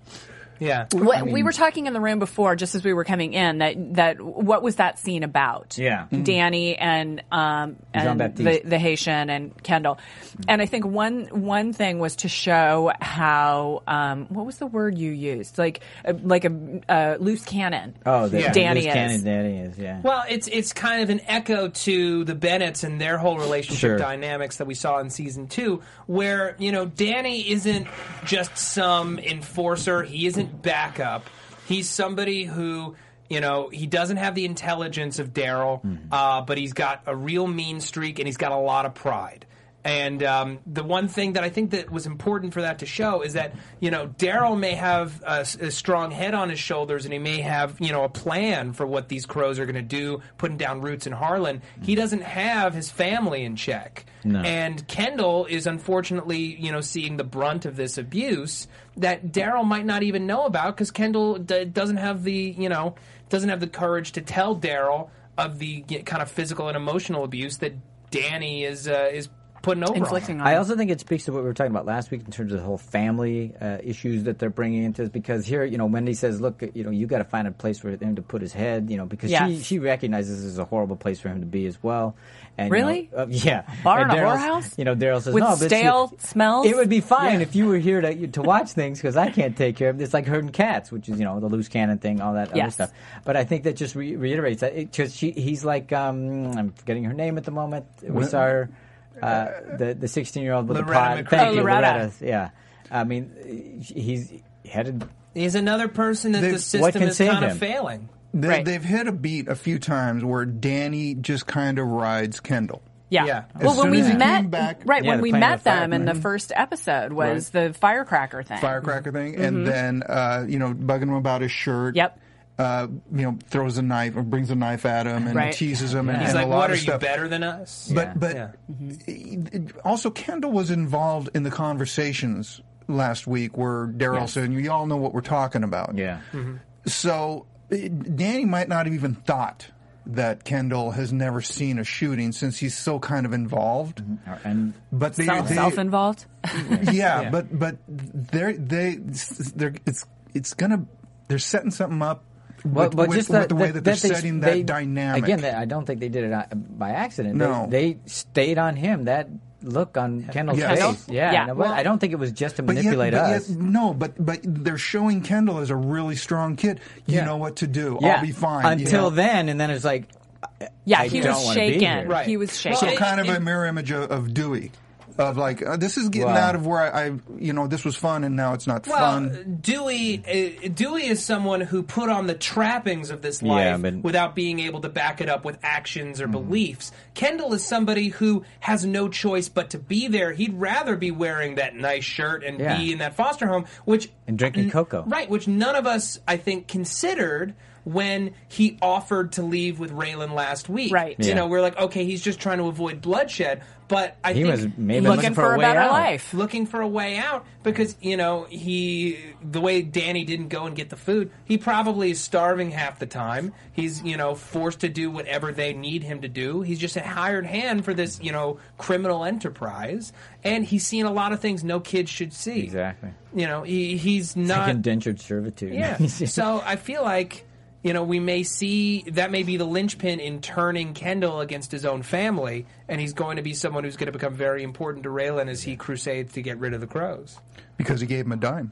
[SPEAKER 5] Yeah.
[SPEAKER 3] What, we were talking in the room before, just as we were coming in, that that what was that scene about?
[SPEAKER 2] Yeah. Mhm.
[SPEAKER 3] Danny and um and the,
[SPEAKER 2] Jean-Baptiste.
[SPEAKER 3] the Haitian and Kendall, and I think one one thing was to show how um what was the word you used like a, like a, uh loose cannon.
[SPEAKER 2] Oh, the,
[SPEAKER 5] Yeah.
[SPEAKER 3] Danny
[SPEAKER 2] this
[SPEAKER 3] is.
[SPEAKER 2] Cannon Danny is, yeah.
[SPEAKER 5] Well, it's it's kind of an echo to the Bennetts and their whole relationship
[SPEAKER 2] Sure.
[SPEAKER 5] dynamics that we saw in season two, where you know Danny isn't just some enforcer; he isn't backup. He's somebody who you know he doesn't have the intelligence of Daryl,
[SPEAKER 2] Mm-hmm.
[SPEAKER 5] uh, but he's got a real mean streak and he's got a lot of pride. And um, the one thing that I think that was important for that to show is that you know Daryl may have a, s- a strong head on his shoulders, and he may have you know a plan for what these crows are going to do, putting down roots in Harlan. He doesn't have his family in check, and Kendall is unfortunately you know seeing the brunt of this abuse that Daryl might not even know about because Kendall d- doesn't have the you know doesn't have the courage to tell Daryl of the y- kind of physical and emotional abuse that Danny is uh, is putting over on
[SPEAKER 3] Inflicting
[SPEAKER 5] him.
[SPEAKER 3] on
[SPEAKER 2] I also think it speaks to what we were talking about last week in terms of the whole family uh, issues that they're bringing into this. Because here, you know, Wendy says, "Look, you know, you got to find a place for him to put his head," you know, because she
[SPEAKER 3] Yes.
[SPEAKER 2] she recognizes this is a horrible place for him to be as well. And you know,
[SPEAKER 3] Really?
[SPEAKER 2] uh, yeah,
[SPEAKER 3] Bar
[SPEAKER 2] And
[SPEAKER 3] in a
[SPEAKER 2] Daryl's-
[SPEAKER 3] whorehouse?
[SPEAKER 2] You know, Daryl says,
[SPEAKER 3] With
[SPEAKER 2] "No, but it's-
[SPEAKER 3] stale smells?"
[SPEAKER 2] It would be fine if you were here to to watch things because I can't take care of it. It's like herding cats, which is you know the loose cannon thing, all that other
[SPEAKER 3] Yes.
[SPEAKER 2] stuff. But I think that just re- reiterates that because she he's like um, I'm forgetting her name at the moment. We saw her. Uh, the the sixteen year old with the
[SPEAKER 5] Loretta
[SPEAKER 2] pod.
[SPEAKER 5] McCracken.
[SPEAKER 2] Thank
[SPEAKER 3] Oh,
[SPEAKER 2] you,
[SPEAKER 3] Loretta.
[SPEAKER 2] Loretta. Yeah, I mean, he's headed.
[SPEAKER 5] He's another person that
[SPEAKER 6] They-
[SPEAKER 5] the system
[SPEAKER 6] what
[SPEAKER 2] can
[SPEAKER 5] is
[SPEAKER 2] save
[SPEAKER 5] kind of
[SPEAKER 2] him?
[SPEAKER 5] failing.
[SPEAKER 6] They,
[SPEAKER 3] Right.
[SPEAKER 6] They've hit a beat a few times where Danny just kind of rides Kendall.
[SPEAKER 3] Yeah.
[SPEAKER 5] Yeah. As
[SPEAKER 3] Well, when
[SPEAKER 6] soon
[SPEAKER 3] we
[SPEAKER 6] as he
[SPEAKER 3] met,
[SPEAKER 6] came back-
[SPEAKER 3] right
[SPEAKER 2] Yeah,
[SPEAKER 3] when
[SPEAKER 2] the
[SPEAKER 3] we
[SPEAKER 2] plane
[SPEAKER 3] met
[SPEAKER 2] of fire-
[SPEAKER 3] them in the first episode was the firecracker thing.
[SPEAKER 6] firecracker thing,
[SPEAKER 5] Mm-hmm.
[SPEAKER 6] and then uh, you know bugging him about his shirt.
[SPEAKER 3] Yep.
[SPEAKER 6] Uh, you know, throws a knife or brings a knife at him and
[SPEAKER 3] Right.
[SPEAKER 6] teases him. And,
[SPEAKER 5] He's
[SPEAKER 6] and
[SPEAKER 5] like,
[SPEAKER 6] a lot
[SPEAKER 5] "What
[SPEAKER 6] of
[SPEAKER 5] are you
[SPEAKER 6] stuff.
[SPEAKER 5] better than us?"
[SPEAKER 6] But
[SPEAKER 2] Yeah.
[SPEAKER 6] but
[SPEAKER 5] Yeah.
[SPEAKER 6] it- it- also Kendall was involved in the conversations last week where Daryl said, "You all know what we're talking about." So it, Danny might not have even thought that Kendall has never seen a shooting since he's so kind of involved.
[SPEAKER 2] and
[SPEAKER 6] But they,
[SPEAKER 3] Self,
[SPEAKER 6] they-
[SPEAKER 3] self-involved.
[SPEAKER 6] yeah, but but they're they they're it's it's gonna they're setting something up. With,
[SPEAKER 2] Well, but
[SPEAKER 6] with,
[SPEAKER 2] just
[SPEAKER 6] with
[SPEAKER 2] that-
[SPEAKER 6] the way
[SPEAKER 2] that-
[SPEAKER 6] that, they're
[SPEAKER 2] that they-
[SPEAKER 6] setting
[SPEAKER 2] they-
[SPEAKER 6] that dynamic
[SPEAKER 2] Again, that- I don't think they did it on- by accident. They-
[SPEAKER 6] No.
[SPEAKER 2] They, stayed on him. That look on Kendall's
[SPEAKER 6] Yes. Kendall?
[SPEAKER 2] face. Yeah,
[SPEAKER 3] Yeah.
[SPEAKER 2] and it was- I don't think it was just to manipulate
[SPEAKER 6] but
[SPEAKER 2] us.
[SPEAKER 6] Yet, no, but but they're showing Kendall as a really strong kid. You
[SPEAKER 2] Yeah.
[SPEAKER 6] know what to do.
[SPEAKER 2] yeah.
[SPEAKER 6] I'll be fine. you
[SPEAKER 2] Until
[SPEAKER 6] know?
[SPEAKER 2] then, and then it's like,
[SPEAKER 3] Yeah,
[SPEAKER 2] I
[SPEAKER 3] he
[SPEAKER 2] don't
[SPEAKER 3] was
[SPEAKER 2] wanna be
[SPEAKER 3] shaken.
[SPEAKER 2] here.
[SPEAKER 5] Right.
[SPEAKER 3] He was shaken.
[SPEAKER 6] So
[SPEAKER 5] Well,
[SPEAKER 6] kind of
[SPEAKER 5] it-
[SPEAKER 6] a mirror image of, of Dewey, of like uh, this is getting
[SPEAKER 2] Wow.
[SPEAKER 6] out of where I, I, you know, this was fun and now it's not
[SPEAKER 5] Well, uh,
[SPEAKER 6] fun.
[SPEAKER 5] Dewey uh, Dewey is someone who put on the trappings of this life
[SPEAKER 2] but- Hmm.
[SPEAKER 5] without being able to back it up with actions or beliefs. Kendall is somebody who has no choice but to be there. He'd rather be wearing that nice shirt and
[SPEAKER 2] Yeah.
[SPEAKER 5] be in that foster home, which
[SPEAKER 2] And drinking cocoa.
[SPEAKER 5] right? Which none of us, I think, considered when he offered to leave with Raylan last week.
[SPEAKER 3] Right.
[SPEAKER 5] You
[SPEAKER 2] Yeah.
[SPEAKER 5] know, we're like, okay, he's just trying to avoid bloodshed, but I
[SPEAKER 2] He
[SPEAKER 5] think
[SPEAKER 2] was maybe
[SPEAKER 5] he-
[SPEAKER 2] looking
[SPEAKER 3] looking
[SPEAKER 2] for
[SPEAKER 3] for
[SPEAKER 2] a
[SPEAKER 3] a
[SPEAKER 2] way
[SPEAKER 3] better
[SPEAKER 2] out.
[SPEAKER 3] life.
[SPEAKER 5] looking for a way out because you know he the way Danny didn't go and get the food he probably is starving half the time he's you know forced to do whatever they need him to do he's just a hired hand for this you know criminal enterprise and he's seen a lot of things no kid should see
[SPEAKER 2] Exactly.
[SPEAKER 5] you know he, he's
[SPEAKER 2] like
[SPEAKER 5] not
[SPEAKER 2] indentured servitude.
[SPEAKER 5] yeah so I feel like you know we may see that may be the linchpin in turning Kendall against his own family and he's going to be someone who's going to become very important to Raylan as he crusades to get rid of the crows
[SPEAKER 6] because he gave him a dime.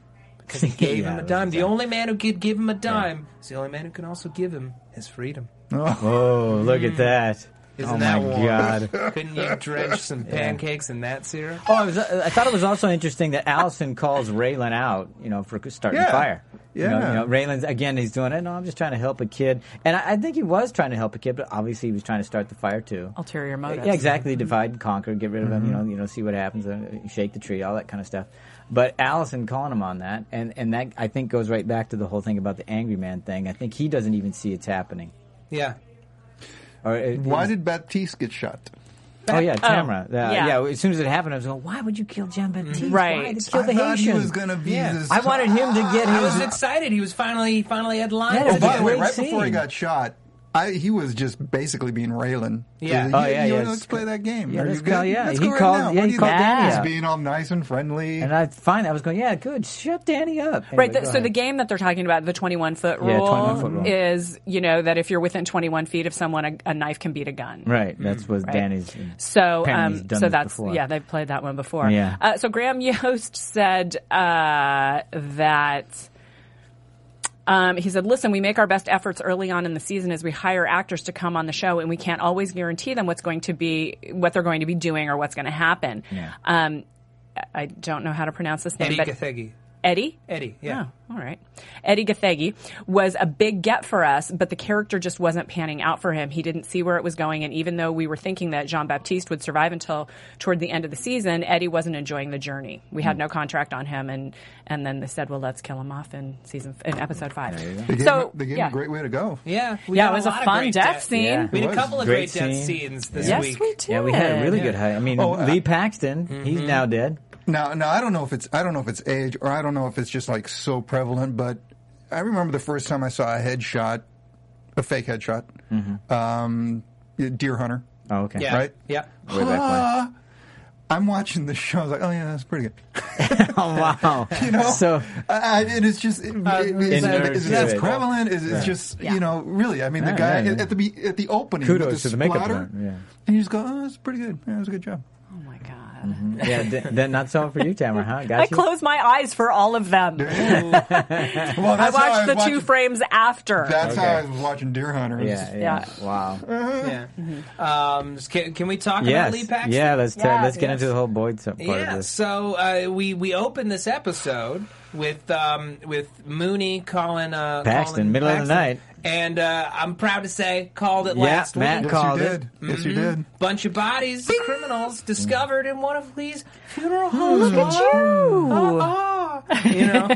[SPEAKER 5] gave
[SPEAKER 2] Yeah,
[SPEAKER 5] him a
[SPEAKER 2] that's
[SPEAKER 5] dime. The
[SPEAKER 2] exactly-
[SPEAKER 5] only man who could give him a dime is the only man who can also give him his freedom.
[SPEAKER 2] Oh, look at that.
[SPEAKER 5] Isn't
[SPEAKER 2] oh
[SPEAKER 5] that
[SPEAKER 2] my
[SPEAKER 5] warm?
[SPEAKER 2] god.
[SPEAKER 5] Couldn't you drench some pancakes in that syrup?
[SPEAKER 2] Oh, I, was, I thought it was also interesting that Allison calls Raylan out, you know, for starting
[SPEAKER 6] Yeah.
[SPEAKER 2] a fire. You know,
[SPEAKER 6] Yeah.
[SPEAKER 2] you know, Raylan's again. He's doing it. No, I'm just trying to help a kid, and I, I think he was trying to help a kid, but obviously he was trying to start the fire too.
[SPEAKER 3] Ulterior motives.
[SPEAKER 2] Yeah, exactly. Divide and conquer. Get rid of him. You
[SPEAKER 6] Mm-hmm.
[SPEAKER 2] know, you know, see what happens. uh, Shake the tree. All that kind of stuff. But Allison calling him on that, and and that I think goes right back to the whole thing about the angry man thing. I think he doesn't even see it's happening.
[SPEAKER 5] Yeah.
[SPEAKER 2] Or uh, it,
[SPEAKER 6] Why did Baptiste get shot?
[SPEAKER 2] Oh yeah, Tamara. yeah.
[SPEAKER 3] yeah.
[SPEAKER 2] yeah, As soon as it happened, I was going, "Why would you kill Jean Baptiste? Why
[SPEAKER 3] Right.
[SPEAKER 2] did you kill
[SPEAKER 6] I
[SPEAKER 2] the
[SPEAKER 6] thought he
[SPEAKER 2] Haitian?"
[SPEAKER 6] was gonna be
[SPEAKER 5] Yeah.
[SPEAKER 6] this.
[SPEAKER 2] I wanted him to get
[SPEAKER 5] I
[SPEAKER 2] his.
[SPEAKER 5] was excited. He was finally he finally had lines.
[SPEAKER 2] Yeah,
[SPEAKER 6] Oh, by
[SPEAKER 5] again.
[SPEAKER 6] the way,
[SPEAKER 2] Great
[SPEAKER 6] right before he
[SPEAKER 2] scene.
[SPEAKER 6] got shot, I, he was just basically being Raylan.
[SPEAKER 5] Yeah.
[SPEAKER 2] Oh,
[SPEAKER 6] You-
[SPEAKER 2] yeah,
[SPEAKER 6] you
[SPEAKER 2] yeah,
[SPEAKER 6] wanna-
[SPEAKER 2] it's-
[SPEAKER 6] Let's play that game.
[SPEAKER 2] Yeah,
[SPEAKER 6] Are
[SPEAKER 2] let's
[SPEAKER 6] you
[SPEAKER 2] go,
[SPEAKER 6] good?
[SPEAKER 2] yeah.
[SPEAKER 6] Let's
[SPEAKER 2] He
[SPEAKER 6] go right
[SPEAKER 2] called-
[SPEAKER 6] now.
[SPEAKER 2] yeah,
[SPEAKER 6] What
[SPEAKER 2] he
[SPEAKER 6] do you
[SPEAKER 2] called
[SPEAKER 6] think?
[SPEAKER 2] Danny
[SPEAKER 6] He's
[SPEAKER 2] up.
[SPEAKER 6] being all nice and friendly.
[SPEAKER 2] And I find I was going, yeah, good, shut Danny up. Anyway,
[SPEAKER 3] Right. th-
[SPEAKER 2] go
[SPEAKER 3] so the
[SPEAKER 2] ahead.
[SPEAKER 3] game that they're talking about, the 21 foot rule,
[SPEAKER 2] Yeah, 21 foot rule.
[SPEAKER 3] is, you know, that if you're within 21 feet of someone, a, a knife can beat a gun.
[SPEAKER 2] Mm, right, that's what Danny's.
[SPEAKER 3] So,
[SPEAKER 2] Apparently
[SPEAKER 3] um,
[SPEAKER 2] he's done
[SPEAKER 3] so
[SPEAKER 2] this
[SPEAKER 3] that's
[SPEAKER 2] before.
[SPEAKER 3] yeah, they've played that one before.
[SPEAKER 2] Yeah.
[SPEAKER 3] Uh, so Graham Yost said uh, that. Um, he said, "Listen, we make our best efforts early on in the season as we hire actors to come on the show, and we can't always guarantee them what's going to be what they're going to be doing or what's going to happen."
[SPEAKER 2] Yeah.
[SPEAKER 3] Um, I- I don't know how to pronounce this name,
[SPEAKER 5] Eddie
[SPEAKER 3] but
[SPEAKER 5] Gathegi.
[SPEAKER 3] Eddie.
[SPEAKER 5] Eddie, yeah.
[SPEAKER 3] Oh, all right. Eddie Gathegi was a big get for us, but the character just wasn't panning out for him. He didn't see where it was going, and even though we were thinking that Jean Baptiste would survive until toward the end of the season, Eddie wasn't enjoying the journey. We had no contract on him, and and then they said, "Well, let's kill him off in season in episode five.
[SPEAKER 6] They gave,
[SPEAKER 3] So
[SPEAKER 6] him, they gave
[SPEAKER 3] yeah.
[SPEAKER 6] him a great way to go.
[SPEAKER 5] Yeah, we
[SPEAKER 3] Yeah,
[SPEAKER 5] had
[SPEAKER 3] it was a
[SPEAKER 5] lot of
[SPEAKER 3] fun
[SPEAKER 5] great
[SPEAKER 3] death
[SPEAKER 5] death
[SPEAKER 3] scene. Yeah.
[SPEAKER 5] We had a
[SPEAKER 6] It
[SPEAKER 5] couple of
[SPEAKER 2] Great
[SPEAKER 5] great death
[SPEAKER 2] scene.
[SPEAKER 5] scenes this
[SPEAKER 3] yes,
[SPEAKER 5] week.
[SPEAKER 3] we did.
[SPEAKER 2] Yeah, we had a really good high. I mean,
[SPEAKER 6] Oh, uh,
[SPEAKER 2] Lee Paxton, he's now dead.
[SPEAKER 6] Now, now I don't know if it's I don't know if it's age or I don't know if it's just like so prevalent, but I remember the first time I saw a headshot, a fake headshot,
[SPEAKER 2] Mm-hmm.
[SPEAKER 6] um, Deer Hunter.
[SPEAKER 2] Oh, okay.
[SPEAKER 5] Yeah.
[SPEAKER 6] Right?
[SPEAKER 5] Yeah.
[SPEAKER 2] Way back when.
[SPEAKER 6] Ah, I'm watching the show. I was like, oh yeah, that's pretty good.
[SPEAKER 2] Oh, wow.
[SPEAKER 6] You know,
[SPEAKER 2] So,
[SPEAKER 6] I, I- it is just it, it- it's,
[SPEAKER 2] Inured
[SPEAKER 6] it's,
[SPEAKER 2] to
[SPEAKER 6] that's
[SPEAKER 2] it.
[SPEAKER 6] prevalent. Is it's just
[SPEAKER 3] Um, Yeah.
[SPEAKER 6] you know really? I mean, the
[SPEAKER 2] Yeah,
[SPEAKER 6] guy
[SPEAKER 2] yeah,
[SPEAKER 6] at-
[SPEAKER 2] yeah.
[SPEAKER 6] at the be- at the opening
[SPEAKER 2] Kudos
[SPEAKER 6] with
[SPEAKER 2] to
[SPEAKER 6] the
[SPEAKER 2] the makeup
[SPEAKER 6] splatter,
[SPEAKER 2] department, yeah.
[SPEAKER 6] and you just go, oh, that's pretty good. Yeah, that was a good job.
[SPEAKER 3] Oh my god!
[SPEAKER 2] yeah, d- that not so for you, Tamara, huh? Got
[SPEAKER 3] I
[SPEAKER 2] you?
[SPEAKER 3] closed my eyes for all of them.
[SPEAKER 6] Well,
[SPEAKER 3] I
[SPEAKER 6] that's how
[SPEAKER 3] watched
[SPEAKER 6] was
[SPEAKER 3] the
[SPEAKER 6] watching-
[SPEAKER 3] two frames after.
[SPEAKER 6] That's how I was watching Deer Hunter. It was
[SPEAKER 2] Yeah,
[SPEAKER 6] just-
[SPEAKER 2] yeah.
[SPEAKER 3] Yeah.
[SPEAKER 2] Wow.
[SPEAKER 5] Yeah. Um, just- can, can we talk about Lee
[SPEAKER 2] Yes.
[SPEAKER 5] Paxton?
[SPEAKER 2] Yeah, let's, ta-
[SPEAKER 3] Yeah,
[SPEAKER 2] let's get
[SPEAKER 3] yes.
[SPEAKER 2] into the whole Boyd sub- part
[SPEAKER 5] yeah,
[SPEAKER 2] of this.
[SPEAKER 5] so uh, we we open this episode with um, with Mooney calling uh,
[SPEAKER 2] Paxton,
[SPEAKER 5] calling
[SPEAKER 2] middle of the night.
[SPEAKER 5] and uh, I'm proud to say called it
[SPEAKER 2] Yeah,
[SPEAKER 5] last
[SPEAKER 2] Matt
[SPEAKER 5] week.
[SPEAKER 6] Yes,
[SPEAKER 2] Called
[SPEAKER 6] you
[SPEAKER 2] it.
[SPEAKER 6] did. Yes,
[SPEAKER 3] Mm-hmm.
[SPEAKER 6] you did.
[SPEAKER 5] Bunch of bodies, criminals discovered in one of Lee's funeral
[SPEAKER 2] Hmm.
[SPEAKER 5] homes.
[SPEAKER 3] Look at you.
[SPEAKER 5] Ah, you know,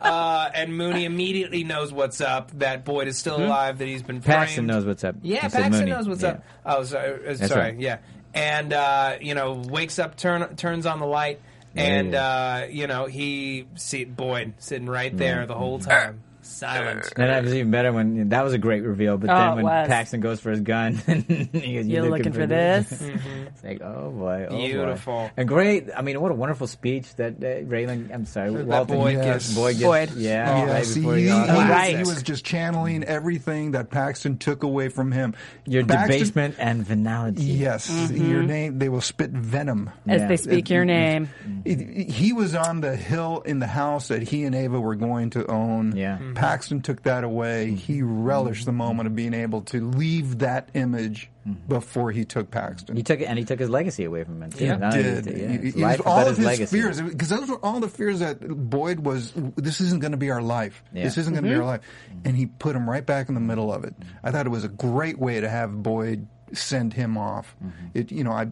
[SPEAKER 5] uh, and Mooney immediately knows what's up. That Boyd is still alive. That he's been
[SPEAKER 2] Hmm? Paxton
[SPEAKER 5] framed.
[SPEAKER 2] knows what's up.
[SPEAKER 5] Yeah,
[SPEAKER 2] Instead of
[SPEAKER 5] Paxton
[SPEAKER 2] Mooney.
[SPEAKER 5] knows what's
[SPEAKER 2] Yeah.
[SPEAKER 5] up. Oh, sorry, uh,
[SPEAKER 2] That's
[SPEAKER 5] sorry.
[SPEAKER 2] right.
[SPEAKER 5] yeah. And uh, you know, wakes up, turn turns on the light, and
[SPEAKER 2] yeah. Mm-hmm.
[SPEAKER 5] uh, you know he see Boyd sitting right there the whole time, silent.
[SPEAKER 2] And that was even better when that was a great reveal. But
[SPEAKER 3] Oh,
[SPEAKER 2] then
[SPEAKER 3] it
[SPEAKER 2] when
[SPEAKER 3] was.
[SPEAKER 2] Paxton goes for his gun, and he goes, You're,
[SPEAKER 3] You're looking for this.
[SPEAKER 2] It's like, oh boy, oh boy.
[SPEAKER 5] Beautiful.
[SPEAKER 2] and great. I mean, what a wonderful speech that uh, Raylan. I'm sorry,
[SPEAKER 5] That
[SPEAKER 2] Walton.
[SPEAKER 5] Boyd
[SPEAKER 6] Yes.
[SPEAKER 5] gives.
[SPEAKER 2] Boyd gets-
[SPEAKER 3] Boyd.
[SPEAKER 2] Yeah,
[SPEAKER 6] yeah,
[SPEAKER 2] right
[SPEAKER 6] see,
[SPEAKER 2] before
[SPEAKER 6] he,
[SPEAKER 2] he,
[SPEAKER 6] he was-
[SPEAKER 3] Right.
[SPEAKER 6] he was just channeling everything that Paxton took away from him.
[SPEAKER 2] your
[SPEAKER 6] Paxton-
[SPEAKER 2] debasement and venality.
[SPEAKER 6] Yes, your name. They will spit venom.
[SPEAKER 3] As
[SPEAKER 2] Yeah.
[SPEAKER 3] they Mm-hmm. speak your name.
[SPEAKER 6] He- He was on the hill in the house that he and Ava were going to own.
[SPEAKER 2] Yeah.
[SPEAKER 3] Mm-hmm.
[SPEAKER 2] Mhm.
[SPEAKER 6] Paxton took that away. He relished the moment of being able to leave that image
[SPEAKER 2] Mm-hmm.
[SPEAKER 6] before he took Paxton.
[SPEAKER 2] He took it, and he took his legacy away from him. too.
[SPEAKER 5] Yeah.
[SPEAKER 2] Not only
[SPEAKER 6] did.
[SPEAKER 2] it, yeah,
[SPEAKER 6] It-
[SPEAKER 2] his
[SPEAKER 6] it
[SPEAKER 2] life,
[SPEAKER 6] was all
[SPEAKER 2] but
[SPEAKER 6] of
[SPEAKER 2] his
[SPEAKER 6] his
[SPEAKER 2] legacy.
[SPEAKER 6] fears because those were all the fears that Boyd was. This isn't going to be our life.
[SPEAKER 2] Yeah.
[SPEAKER 6] This isn't going to be our life, and he put him right back in the middle of it.
[SPEAKER 2] Mm-hmm.
[SPEAKER 6] I thought it was a great way to have Boyd send him off. It, you know, I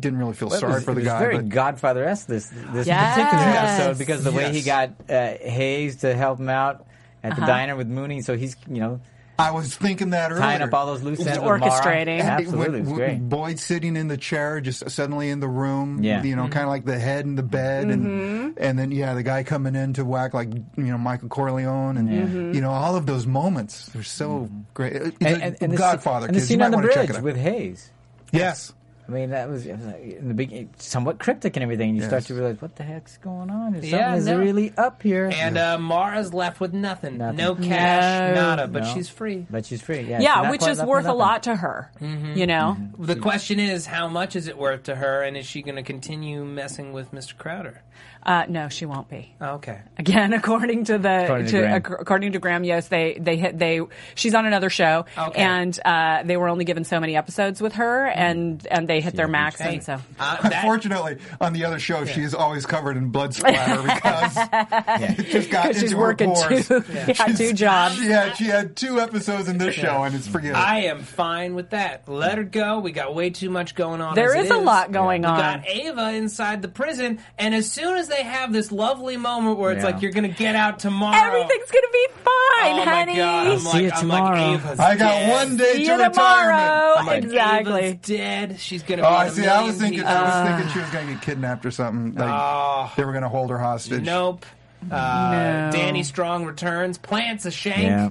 [SPEAKER 6] didn't really feel
[SPEAKER 2] Mm-hmm. Well, it
[SPEAKER 6] sorry
[SPEAKER 2] was-
[SPEAKER 6] for the
[SPEAKER 2] it was
[SPEAKER 6] guy,
[SPEAKER 2] Very
[SPEAKER 6] but
[SPEAKER 2] Godfather esque this this
[SPEAKER 3] Yes.
[SPEAKER 2] particular
[SPEAKER 3] Yes.
[SPEAKER 2] episode because the way he
[SPEAKER 6] Yes.
[SPEAKER 2] got uh, Hayes to help him out at
[SPEAKER 3] Uh-huh.
[SPEAKER 2] the diner with Mooney, so he's you know
[SPEAKER 6] I was thinking that earlier.
[SPEAKER 2] tying up all those loose ends.
[SPEAKER 3] Just
[SPEAKER 2] with Mara.
[SPEAKER 3] orchestrating.
[SPEAKER 6] And it-
[SPEAKER 2] Absolutely, it was
[SPEAKER 6] when-
[SPEAKER 2] great.
[SPEAKER 6] when Boyd sitting in the chair, just suddenly in the room.
[SPEAKER 2] Yeah.
[SPEAKER 6] you know, kind of like the head in the bed, and and then yeah, the guy coming in to whack like you know Michael Corleone, and you know all of those moments. They're so great. It's
[SPEAKER 2] Mm-hmm. And,
[SPEAKER 6] a
[SPEAKER 2] and, and the scene,
[SPEAKER 6] Godfather.
[SPEAKER 2] and the
[SPEAKER 6] kids. You
[SPEAKER 2] scene
[SPEAKER 6] might
[SPEAKER 2] on the
[SPEAKER 6] wanna check
[SPEAKER 2] bridge
[SPEAKER 6] it out.
[SPEAKER 2] with Hayes.
[SPEAKER 6] yes.
[SPEAKER 2] I mean, that was, it was like, in the beginning, somewhat cryptic and everything. And you start
[SPEAKER 6] Yes.
[SPEAKER 2] to realize what the heck's going on. There's
[SPEAKER 5] Yeah,
[SPEAKER 2] something
[SPEAKER 5] no.
[SPEAKER 2] is really up here.
[SPEAKER 5] And uh, Mara's left with nothing,
[SPEAKER 2] Nothing.
[SPEAKER 5] no cash,
[SPEAKER 3] No.
[SPEAKER 5] nada, uh, but
[SPEAKER 2] No.
[SPEAKER 5] she's free.
[SPEAKER 2] but she's free. Yeah, she's
[SPEAKER 3] Yeah,
[SPEAKER 2] not
[SPEAKER 3] which
[SPEAKER 2] quite
[SPEAKER 3] is
[SPEAKER 2] up and
[SPEAKER 3] worth a
[SPEAKER 2] nothing.
[SPEAKER 3] lot to her. You know?
[SPEAKER 5] The question is, how much is it worth to her, and is she going to continue messing with Mr. Crowder?
[SPEAKER 3] Uh, no, she won't be.
[SPEAKER 5] Okay.
[SPEAKER 3] Again, according to the
[SPEAKER 2] According to Graham.
[SPEAKER 5] Okay.
[SPEAKER 3] and uh, they were only given so many episodes with her, and and they hit their max,
[SPEAKER 5] Hey,
[SPEAKER 3] and so
[SPEAKER 5] uh, that-
[SPEAKER 6] Unfortunately, on the other show, she is always covered in blood splatter because it just got
[SPEAKER 3] because
[SPEAKER 6] into
[SPEAKER 3] she's
[SPEAKER 6] her
[SPEAKER 3] working
[SPEAKER 6] pores.
[SPEAKER 3] two yeah. two jobs.
[SPEAKER 6] She had she had two episodes in this show, and it's forgiven.
[SPEAKER 5] I am fine with that. Let her go. We got way too much going on.
[SPEAKER 3] There
[SPEAKER 5] as it
[SPEAKER 3] is a lot going
[SPEAKER 5] We
[SPEAKER 3] on.
[SPEAKER 5] got Ava inside the prison, and as soon as they have this lovely moment where it's
[SPEAKER 2] Yeah.
[SPEAKER 5] like you're going to get out tomorrow,
[SPEAKER 3] Everything's gonna be fine,
[SPEAKER 5] oh
[SPEAKER 3] honey.
[SPEAKER 5] My God. I'm
[SPEAKER 2] See
[SPEAKER 5] like,
[SPEAKER 2] you
[SPEAKER 5] I'm
[SPEAKER 2] tomorrow.
[SPEAKER 5] Like, Ava's
[SPEAKER 6] I got
[SPEAKER 5] dead.
[SPEAKER 6] one day
[SPEAKER 3] See
[SPEAKER 6] to
[SPEAKER 3] you
[SPEAKER 6] retirement.
[SPEAKER 3] tomorrow.
[SPEAKER 5] I'm like,
[SPEAKER 3] exactly.
[SPEAKER 5] Ava's dead. She's going to.
[SPEAKER 6] Oh,
[SPEAKER 5] be
[SPEAKER 6] I
[SPEAKER 5] in a
[SPEAKER 6] see. I was
[SPEAKER 5] million
[SPEAKER 6] thinking,
[SPEAKER 5] pieces.
[SPEAKER 6] I was thinking she was going to get kidnapped or something. Like
[SPEAKER 5] Ah.
[SPEAKER 6] they were going to hold her hostage.
[SPEAKER 5] Nope. Uh, Danny Strong returns, plants a shank.
[SPEAKER 2] Yeah.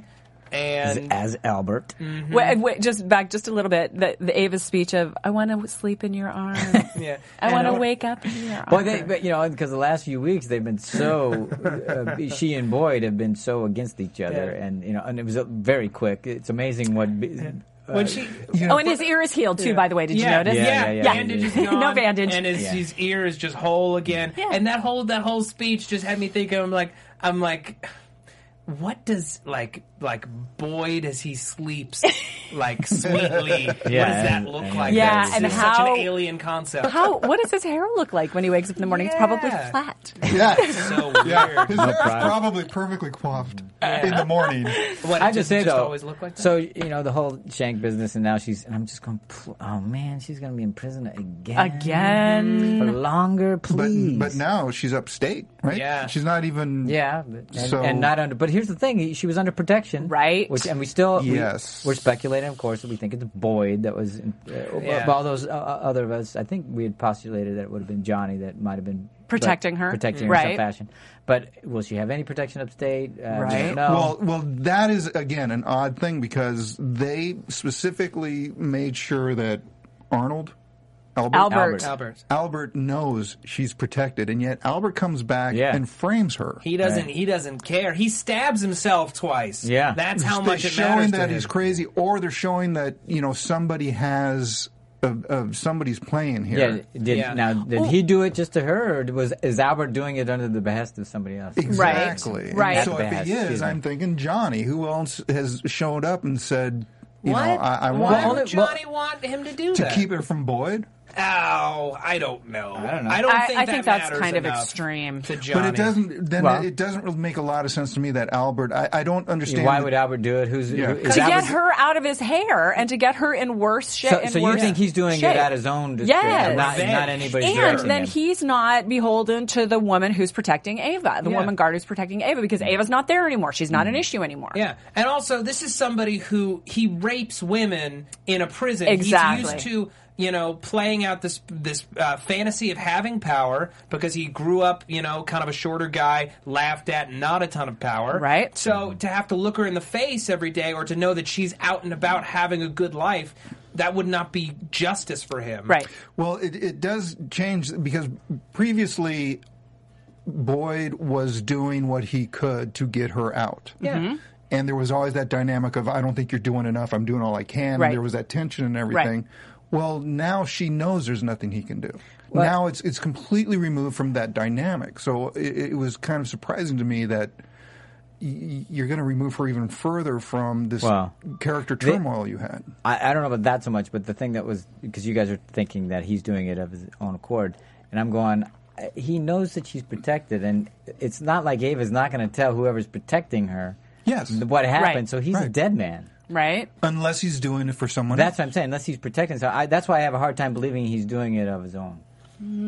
[SPEAKER 5] and
[SPEAKER 2] as Albert.
[SPEAKER 3] Wait, wait, just back just a little bit. The, the Ava's speech of "I want to sleep in your arms.
[SPEAKER 5] yeah,
[SPEAKER 3] I want to wake up in your arms."
[SPEAKER 2] Well, they, but you know, because the last few weeks they've been so, uh, she and Boyd have been so against each other,
[SPEAKER 5] Yeah.
[SPEAKER 2] and you know, and it was uh, very quick. It's amazing what. be- Uh,
[SPEAKER 5] When she,
[SPEAKER 3] oh, and his ear is healed too. By the way, did you notice?
[SPEAKER 2] Yeah, yeah,
[SPEAKER 5] Yeah,
[SPEAKER 2] yeah.
[SPEAKER 5] bandage is
[SPEAKER 3] No
[SPEAKER 5] gone.
[SPEAKER 3] bandage.
[SPEAKER 5] and his,
[SPEAKER 2] Yeah.
[SPEAKER 5] his ear is just whole again.
[SPEAKER 3] Yeah.
[SPEAKER 5] And that whole that whole speech just had me thinking. I'm like, I'm like, what does like like Boyd as he sleeps like sweetly? what does
[SPEAKER 2] Yeah,
[SPEAKER 5] that
[SPEAKER 2] and-
[SPEAKER 5] look
[SPEAKER 2] and-
[SPEAKER 5] like?
[SPEAKER 3] Yeah,
[SPEAKER 5] That's
[SPEAKER 3] and
[SPEAKER 5] just such
[SPEAKER 3] how-
[SPEAKER 5] an alien concept.
[SPEAKER 3] How? What does his hair look like when he wakes up in the morning? It's probably
[SPEAKER 5] Yeah.
[SPEAKER 3] flat.
[SPEAKER 6] Yeah.
[SPEAKER 5] so
[SPEAKER 6] Yeah,
[SPEAKER 5] weird.
[SPEAKER 6] his hair is probably perfectly coiffed in the morning.
[SPEAKER 5] What
[SPEAKER 2] I
[SPEAKER 5] it
[SPEAKER 2] just
[SPEAKER 5] just,
[SPEAKER 2] say
[SPEAKER 5] just
[SPEAKER 2] though,
[SPEAKER 5] always look like that.
[SPEAKER 2] so you know the whole Shank business, and now she's. And I'm just going. pl- Oh man, she's going to be in prison again.
[SPEAKER 3] Again.
[SPEAKER 5] Mm-hmm.
[SPEAKER 2] for longer,
[SPEAKER 6] But
[SPEAKER 2] please.
[SPEAKER 6] but now she's upstate, right?
[SPEAKER 5] Yeah.
[SPEAKER 6] she's not even.
[SPEAKER 2] Yeah, but- and,
[SPEAKER 6] So-
[SPEAKER 2] and not under. But here's the thing: he- she was under protection,
[SPEAKER 3] Right.
[SPEAKER 2] Which, and we still, we-
[SPEAKER 6] Yes.
[SPEAKER 2] we're speculating, of course. that We think it's Boyd that was. in- Uh,
[SPEAKER 5] Yeah.
[SPEAKER 2] But all those uh, uh, other of us, I think we had postulated that it would have been Johnny that might have been
[SPEAKER 3] Protecting her.
[SPEAKER 2] protecting her in some
[SPEAKER 3] Right.
[SPEAKER 2] fashion. But will she have any protection upstate? Uh, we
[SPEAKER 3] Right.
[SPEAKER 2] don't know.
[SPEAKER 6] Well, well, that is again an odd thing because they specifically made sure that Arnold, Albert,
[SPEAKER 3] Albert.
[SPEAKER 5] Albert.
[SPEAKER 6] Albert knows she's protected, and yet Albert comes back
[SPEAKER 2] Yeah.
[SPEAKER 6] and frames her.
[SPEAKER 5] He doesn't. He doesn't care. He stabs himself twice.
[SPEAKER 2] Yeah.
[SPEAKER 5] that's how
[SPEAKER 6] they're
[SPEAKER 5] much it matters
[SPEAKER 6] showing
[SPEAKER 5] to
[SPEAKER 6] that
[SPEAKER 5] him.
[SPEAKER 6] he's crazy, or they're showing that you know somebody has uh, uh, somebody's playing
[SPEAKER 2] yeah.
[SPEAKER 6] here.
[SPEAKER 2] Did
[SPEAKER 5] Yeah.
[SPEAKER 2] now did he do it just to her, or was is Albert doing it under the behest of somebody else?
[SPEAKER 6] Exactly. And
[SPEAKER 3] Right.
[SPEAKER 6] So if
[SPEAKER 2] Bad,
[SPEAKER 6] he
[SPEAKER 2] excuse
[SPEAKER 6] is,
[SPEAKER 2] me.
[SPEAKER 6] I'm thinking Johnny. Who else has showed up and said, you
[SPEAKER 5] What?
[SPEAKER 6] know, I, I
[SPEAKER 5] Why
[SPEAKER 6] want
[SPEAKER 2] Well,
[SPEAKER 5] would
[SPEAKER 2] only- well-
[SPEAKER 5] Johnny want him to do
[SPEAKER 6] to
[SPEAKER 5] that?
[SPEAKER 6] keep her from Boyd?
[SPEAKER 5] Ow, I don't know. I
[SPEAKER 2] don't know.
[SPEAKER 5] I don't
[SPEAKER 3] I-
[SPEAKER 5] think,
[SPEAKER 3] I
[SPEAKER 5] that
[SPEAKER 3] think that's
[SPEAKER 5] matters
[SPEAKER 3] kind of
[SPEAKER 5] enough
[SPEAKER 3] extreme.
[SPEAKER 5] To Johnny.
[SPEAKER 6] But it doesn't. Then
[SPEAKER 2] Well-
[SPEAKER 6] it doesn't really make a lot of sense to me that Albert. I, I don't understand.
[SPEAKER 2] Why
[SPEAKER 6] the-
[SPEAKER 2] would Albert do it? Who's
[SPEAKER 6] Yeah.
[SPEAKER 2] who, is
[SPEAKER 3] to
[SPEAKER 2] Albert-
[SPEAKER 3] get her out of his hair and to get her in worse shape.
[SPEAKER 2] So, so you think he's doing it at his own discretion,
[SPEAKER 3] Yes.
[SPEAKER 2] not, not anybody's
[SPEAKER 3] And
[SPEAKER 2] directing
[SPEAKER 3] then
[SPEAKER 2] him.
[SPEAKER 3] he's not beholden to the woman who's protecting Ava, the
[SPEAKER 5] Yeah. Mm-hmm.
[SPEAKER 3] woman guard who's protecting Ava, because Ava's not there anymore. She's not an issue anymore.
[SPEAKER 5] Yeah, and also this is somebody who he rapes women in a prison.
[SPEAKER 3] Exactly.
[SPEAKER 5] He's used to you know playing out this this uh, fantasy of having power because he grew up you know kind of a shorter guy, laughed at, not a ton of power.
[SPEAKER 3] Right.
[SPEAKER 5] So to have to look her in the face every day, or to know that she's out and about having a good life, that would not be justice for him.
[SPEAKER 3] Right.
[SPEAKER 6] Well, it, it does change because previously Boyd was doing what he could to get her out.
[SPEAKER 5] Yeah.
[SPEAKER 2] Mm-hmm.
[SPEAKER 5] Mhm.
[SPEAKER 6] And there was always that dynamic of, I don't think you're doing enough. I'm doing all I can. and
[SPEAKER 3] Right.
[SPEAKER 6] there was that tension and everything. Well, now she knows there's nothing he can do. now it's it's completely removed from that dynamic. So it, it was kind of surprising to me that y- you're going to remove her even further from this
[SPEAKER 2] Wow.
[SPEAKER 6] character turmoil you had.
[SPEAKER 2] I, I don't know about that so much, but the thing that was because you guys are thinking that he's doing it of his own accord, and I'm going. uh, He knows that she's protected, and it's not like Ava's not going to tell whoever's protecting her.
[SPEAKER 6] Yes.
[SPEAKER 2] what happened?
[SPEAKER 3] Right.
[SPEAKER 2] So he's a
[SPEAKER 6] Right.
[SPEAKER 2] dead man.
[SPEAKER 3] Right.
[SPEAKER 6] Unless he's doing it for someone else.
[SPEAKER 2] That's what I'm saying. Unless he's protecting, so I, that's why I have a hard time believing he's doing it of his own,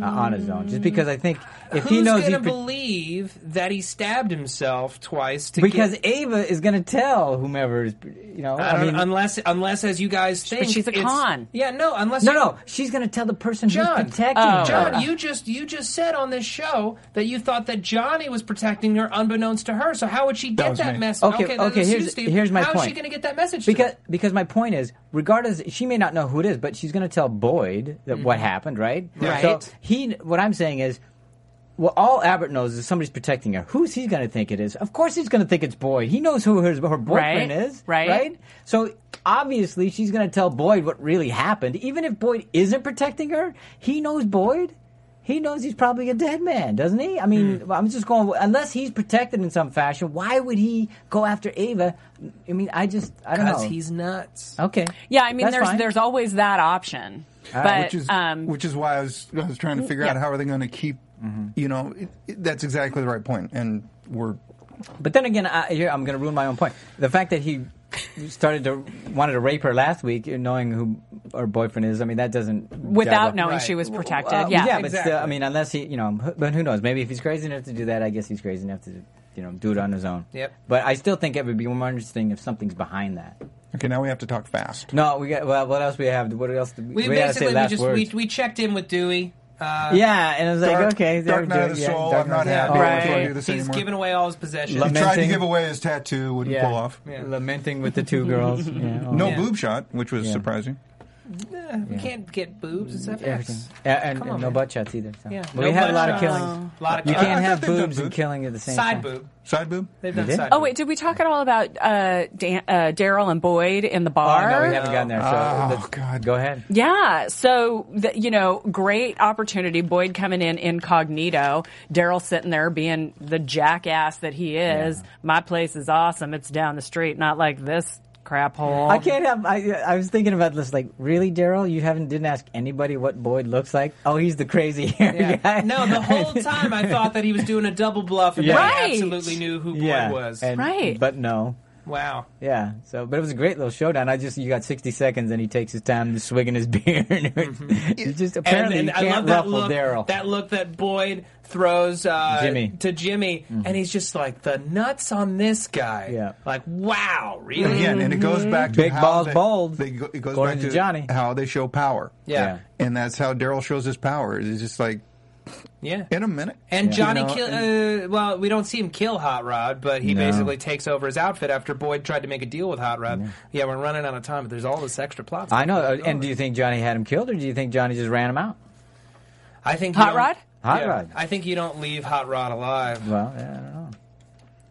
[SPEAKER 2] uh, on his own. Just because I think if
[SPEAKER 5] Who's
[SPEAKER 2] he knows
[SPEAKER 5] gonna
[SPEAKER 2] he's pro-
[SPEAKER 5] believe that he stabbed himself twice to
[SPEAKER 2] because
[SPEAKER 5] get,
[SPEAKER 2] Ava is going to tell whomever is, you know.
[SPEAKER 5] I
[SPEAKER 2] I,
[SPEAKER 5] don't,
[SPEAKER 2] mean,
[SPEAKER 5] Uh, unless unless as you guys think
[SPEAKER 3] she's a
[SPEAKER 5] it's-
[SPEAKER 3] con.
[SPEAKER 5] Yeah, no, unless
[SPEAKER 2] no,
[SPEAKER 5] you-
[SPEAKER 2] no, Oh, she's going to tell the person
[SPEAKER 5] John, Oh.
[SPEAKER 2] who's protecting her.
[SPEAKER 5] John, you just you just said on this show that you thought that Johnny was protecting her, unbeknownst to her. So how would she get
[SPEAKER 6] was
[SPEAKER 5] that,
[SPEAKER 6] me.
[SPEAKER 5] message?
[SPEAKER 2] Okay, okay,
[SPEAKER 5] that's you,
[SPEAKER 2] here's-
[SPEAKER 5] Steve.
[SPEAKER 2] here's my
[SPEAKER 5] How is she
[SPEAKER 2] point.
[SPEAKER 5] going to get that message? to
[SPEAKER 2] Because
[SPEAKER 5] them?
[SPEAKER 2] because my point is, regardless, she may not know who it is, but she's going to tell Boyd that what
[SPEAKER 5] Mm-hmm.
[SPEAKER 2] happened, right?
[SPEAKER 3] Right.
[SPEAKER 2] So he, what I'm saying is, well, all Albert knows is somebody's protecting her. Who's he going to think it is? Of course, he's going to think it's Boyd. He knows who her, her boyfriend
[SPEAKER 3] Right,
[SPEAKER 2] is,
[SPEAKER 3] right.
[SPEAKER 2] Right. So obviously, she's going to tell Boyd what really happened. Even if Boyd isn't protecting her, he knows Boyd. He knows he's probably a dead man, doesn't he? I mean,
[SPEAKER 3] Hmm.
[SPEAKER 2] I'm just going. Unless he's protected in some fashion, why would he go after Ava? I mean, I just I don't know.
[SPEAKER 5] Because he's nuts.
[SPEAKER 2] Okay.
[SPEAKER 3] Yeah. I mean,
[SPEAKER 2] That's
[SPEAKER 3] there's
[SPEAKER 2] fine.
[SPEAKER 3] there's always that option.
[SPEAKER 5] Uh,
[SPEAKER 3] but
[SPEAKER 6] which is
[SPEAKER 3] um,
[SPEAKER 6] which is why I was I was trying to figure out how are they going to keep you know it, it- that's exactly the right point and we're
[SPEAKER 2] But then again, I, here I'm going to ruin my own point. The fact that he started to wanted to rape her last week, knowing who her boyfriend is. I mean, that doesn't
[SPEAKER 3] without
[SPEAKER 2] jive.
[SPEAKER 3] knowing
[SPEAKER 5] Right.
[SPEAKER 3] she was
[SPEAKER 5] Well,
[SPEAKER 3] protected.
[SPEAKER 2] Well,
[SPEAKER 3] yeah.
[SPEAKER 2] Uh, but still, I mean, unless he, you know, who- but who knows? Maybe if he's crazy enough to do that, I guess he's crazy enough to, you know, do it on his own.
[SPEAKER 5] Yep.
[SPEAKER 2] But I still think it would be more interesting if something's behind that.
[SPEAKER 6] okay now we have to talk fast
[SPEAKER 2] No, we got. Well, what else we have? What else? Did we,
[SPEAKER 5] We
[SPEAKER 2] we gotta
[SPEAKER 5] basically
[SPEAKER 2] say
[SPEAKER 5] we
[SPEAKER 2] last
[SPEAKER 5] just
[SPEAKER 2] words.
[SPEAKER 5] we, we checked in with Dewey. Uh,
[SPEAKER 2] yeah, and I was like,
[SPEAKER 6] Dark-
[SPEAKER 2] okay, they're
[SPEAKER 6] Dark Knight of the
[SPEAKER 2] doing- yeah,
[SPEAKER 6] Soul.
[SPEAKER 2] Dark
[SPEAKER 6] I'm
[SPEAKER 2] Knight
[SPEAKER 6] not
[SPEAKER 2] of the
[SPEAKER 6] happy.
[SPEAKER 2] Soul.
[SPEAKER 6] I don't
[SPEAKER 3] Right.
[SPEAKER 6] do this
[SPEAKER 5] He's
[SPEAKER 6] anymore.
[SPEAKER 5] giving away all his possessions.
[SPEAKER 6] He tried to
[SPEAKER 2] Lamenting-
[SPEAKER 6] give away his tattoo, wouldn't
[SPEAKER 2] Yeah.
[SPEAKER 6] pull off.
[SPEAKER 2] lamenting with the two girls. yeah, all-
[SPEAKER 6] No
[SPEAKER 5] Yeah.
[SPEAKER 6] boob shot, which was
[SPEAKER 2] Yeah.
[SPEAKER 6] surprising.
[SPEAKER 5] Eh, We can't get boobs. It's FX.
[SPEAKER 2] everything, A- and,
[SPEAKER 5] Come
[SPEAKER 2] and
[SPEAKER 5] on,
[SPEAKER 2] no
[SPEAKER 5] man.
[SPEAKER 2] butt shots either. So.
[SPEAKER 5] Yeah,
[SPEAKER 2] But
[SPEAKER 5] no
[SPEAKER 2] we had
[SPEAKER 5] butt
[SPEAKER 2] a lot of
[SPEAKER 5] shots.
[SPEAKER 2] killings.
[SPEAKER 5] A lot of
[SPEAKER 2] You can't
[SPEAKER 5] killings.
[SPEAKER 6] Uh, I- I
[SPEAKER 2] have
[SPEAKER 6] think they've
[SPEAKER 2] boobs
[SPEAKER 6] done
[SPEAKER 2] and
[SPEAKER 6] boobs.
[SPEAKER 2] killing at the same
[SPEAKER 5] Side
[SPEAKER 2] time.
[SPEAKER 5] boob.
[SPEAKER 6] Side boob.
[SPEAKER 5] They've done
[SPEAKER 2] did?
[SPEAKER 5] side.
[SPEAKER 3] Oh
[SPEAKER 5] boob.
[SPEAKER 3] wait, did we talk at all about uh, Dan- uh, Daryl and Boyd in the
[SPEAKER 2] Oh,
[SPEAKER 3] bar?
[SPEAKER 2] no, we haven't gotten there. So
[SPEAKER 6] Oh,
[SPEAKER 2] let's-
[SPEAKER 6] God.
[SPEAKER 2] Go ahead.
[SPEAKER 3] Yeah, so the, you know, great opportunity. Boyd coming in incognito, Daryl sitting there being the jackass that he is. My place is awesome. It's down the street, not like this crap hole.
[SPEAKER 2] I can't have. I, I was thinking about this. Like, really, Daryl? You haven't didn't ask anybody what Boyd looks like. Oh, he's the crazy hair
[SPEAKER 5] Yeah.
[SPEAKER 2] guy.
[SPEAKER 5] No, the whole time I thought that he was doing a double bluff, and
[SPEAKER 2] Yeah.
[SPEAKER 5] I
[SPEAKER 3] Right.
[SPEAKER 5] absolutely knew who Boyd
[SPEAKER 2] yeah,
[SPEAKER 5] was.
[SPEAKER 2] and-
[SPEAKER 3] Right.
[SPEAKER 2] But no,
[SPEAKER 5] wow.
[SPEAKER 2] yeah. So, but it was a great little showdown. I just you got sixty seconds, and he takes his time to swigging his beer. And it's just apparently
[SPEAKER 5] Mm-hmm. and, and
[SPEAKER 2] you
[SPEAKER 5] I
[SPEAKER 2] can't
[SPEAKER 5] love that
[SPEAKER 2] ruffle
[SPEAKER 5] look.
[SPEAKER 2] Daryl.
[SPEAKER 5] That look that Boyd throws uh,
[SPEAKER 2] Jimmy. Mm-hmm.
[SPEAKER 5] to Jimmy, and he's just like the nuts on this guy.
[SPEAKER 2] Yeah.
[SPEAKER 5] like wow,
[SPEAKER 6] And
[SPEAKER 5] really?
[SPEAKER 6] Again, and it goes back to
[SPEAKER 2] Mm-hmm. Big
[SPEAKER 6] how
[SPEAKER 2] balls
[SPEAKER 6] they,
[SPEAKER 2] bold,
[SPEAKER 6] They go, it goes
[SPEAKER 2] according
[SPEAKER 6] back
[SPEAKER 2] to
[SPEAKER 6] to,
[SPEAKER 2] Johnny.
[SPEAKER 6] how they show power.
[SPEAKER 5] Yeah.
[SPEAKER 6] and that's how Daryl shows his power. It's just like
[SPEAKER 5] yeah.
[SPEAKER 6] in a minute.
[SPEAKER 5] And Johnny
[SPEAKER 6] You know,
[SPEAKER 5] kill.
[SPEAKER 6] and-
[SPEAKER 5] uh, well, we don't see him kill Hot Rod, but he
[SPEAKER 2] No.
[SPEAKER 5] basically takes over his outfit after Boyd tried to make a deal with Hot Rod. Yeah, we're running out of time, but there's all this extra plot.
[SPEAKER 2] I know. uh,
[SPEAKER 5] Oh.
[SPEAKER 2] And do you think Johnny had him killed, or do you think Johnny just ran him out?
[SPEAKER 5] I think you
[SPEAKER 3] Hot
[SPEAKER 5] don't-
[SPEAKER 3] Rod?
[SPEAKER 2] Hot Rod.
[SPEAKER 5] I think you don't leave Hot Rod alive.
[SPEAKER 2] Well, yeah, I don't know.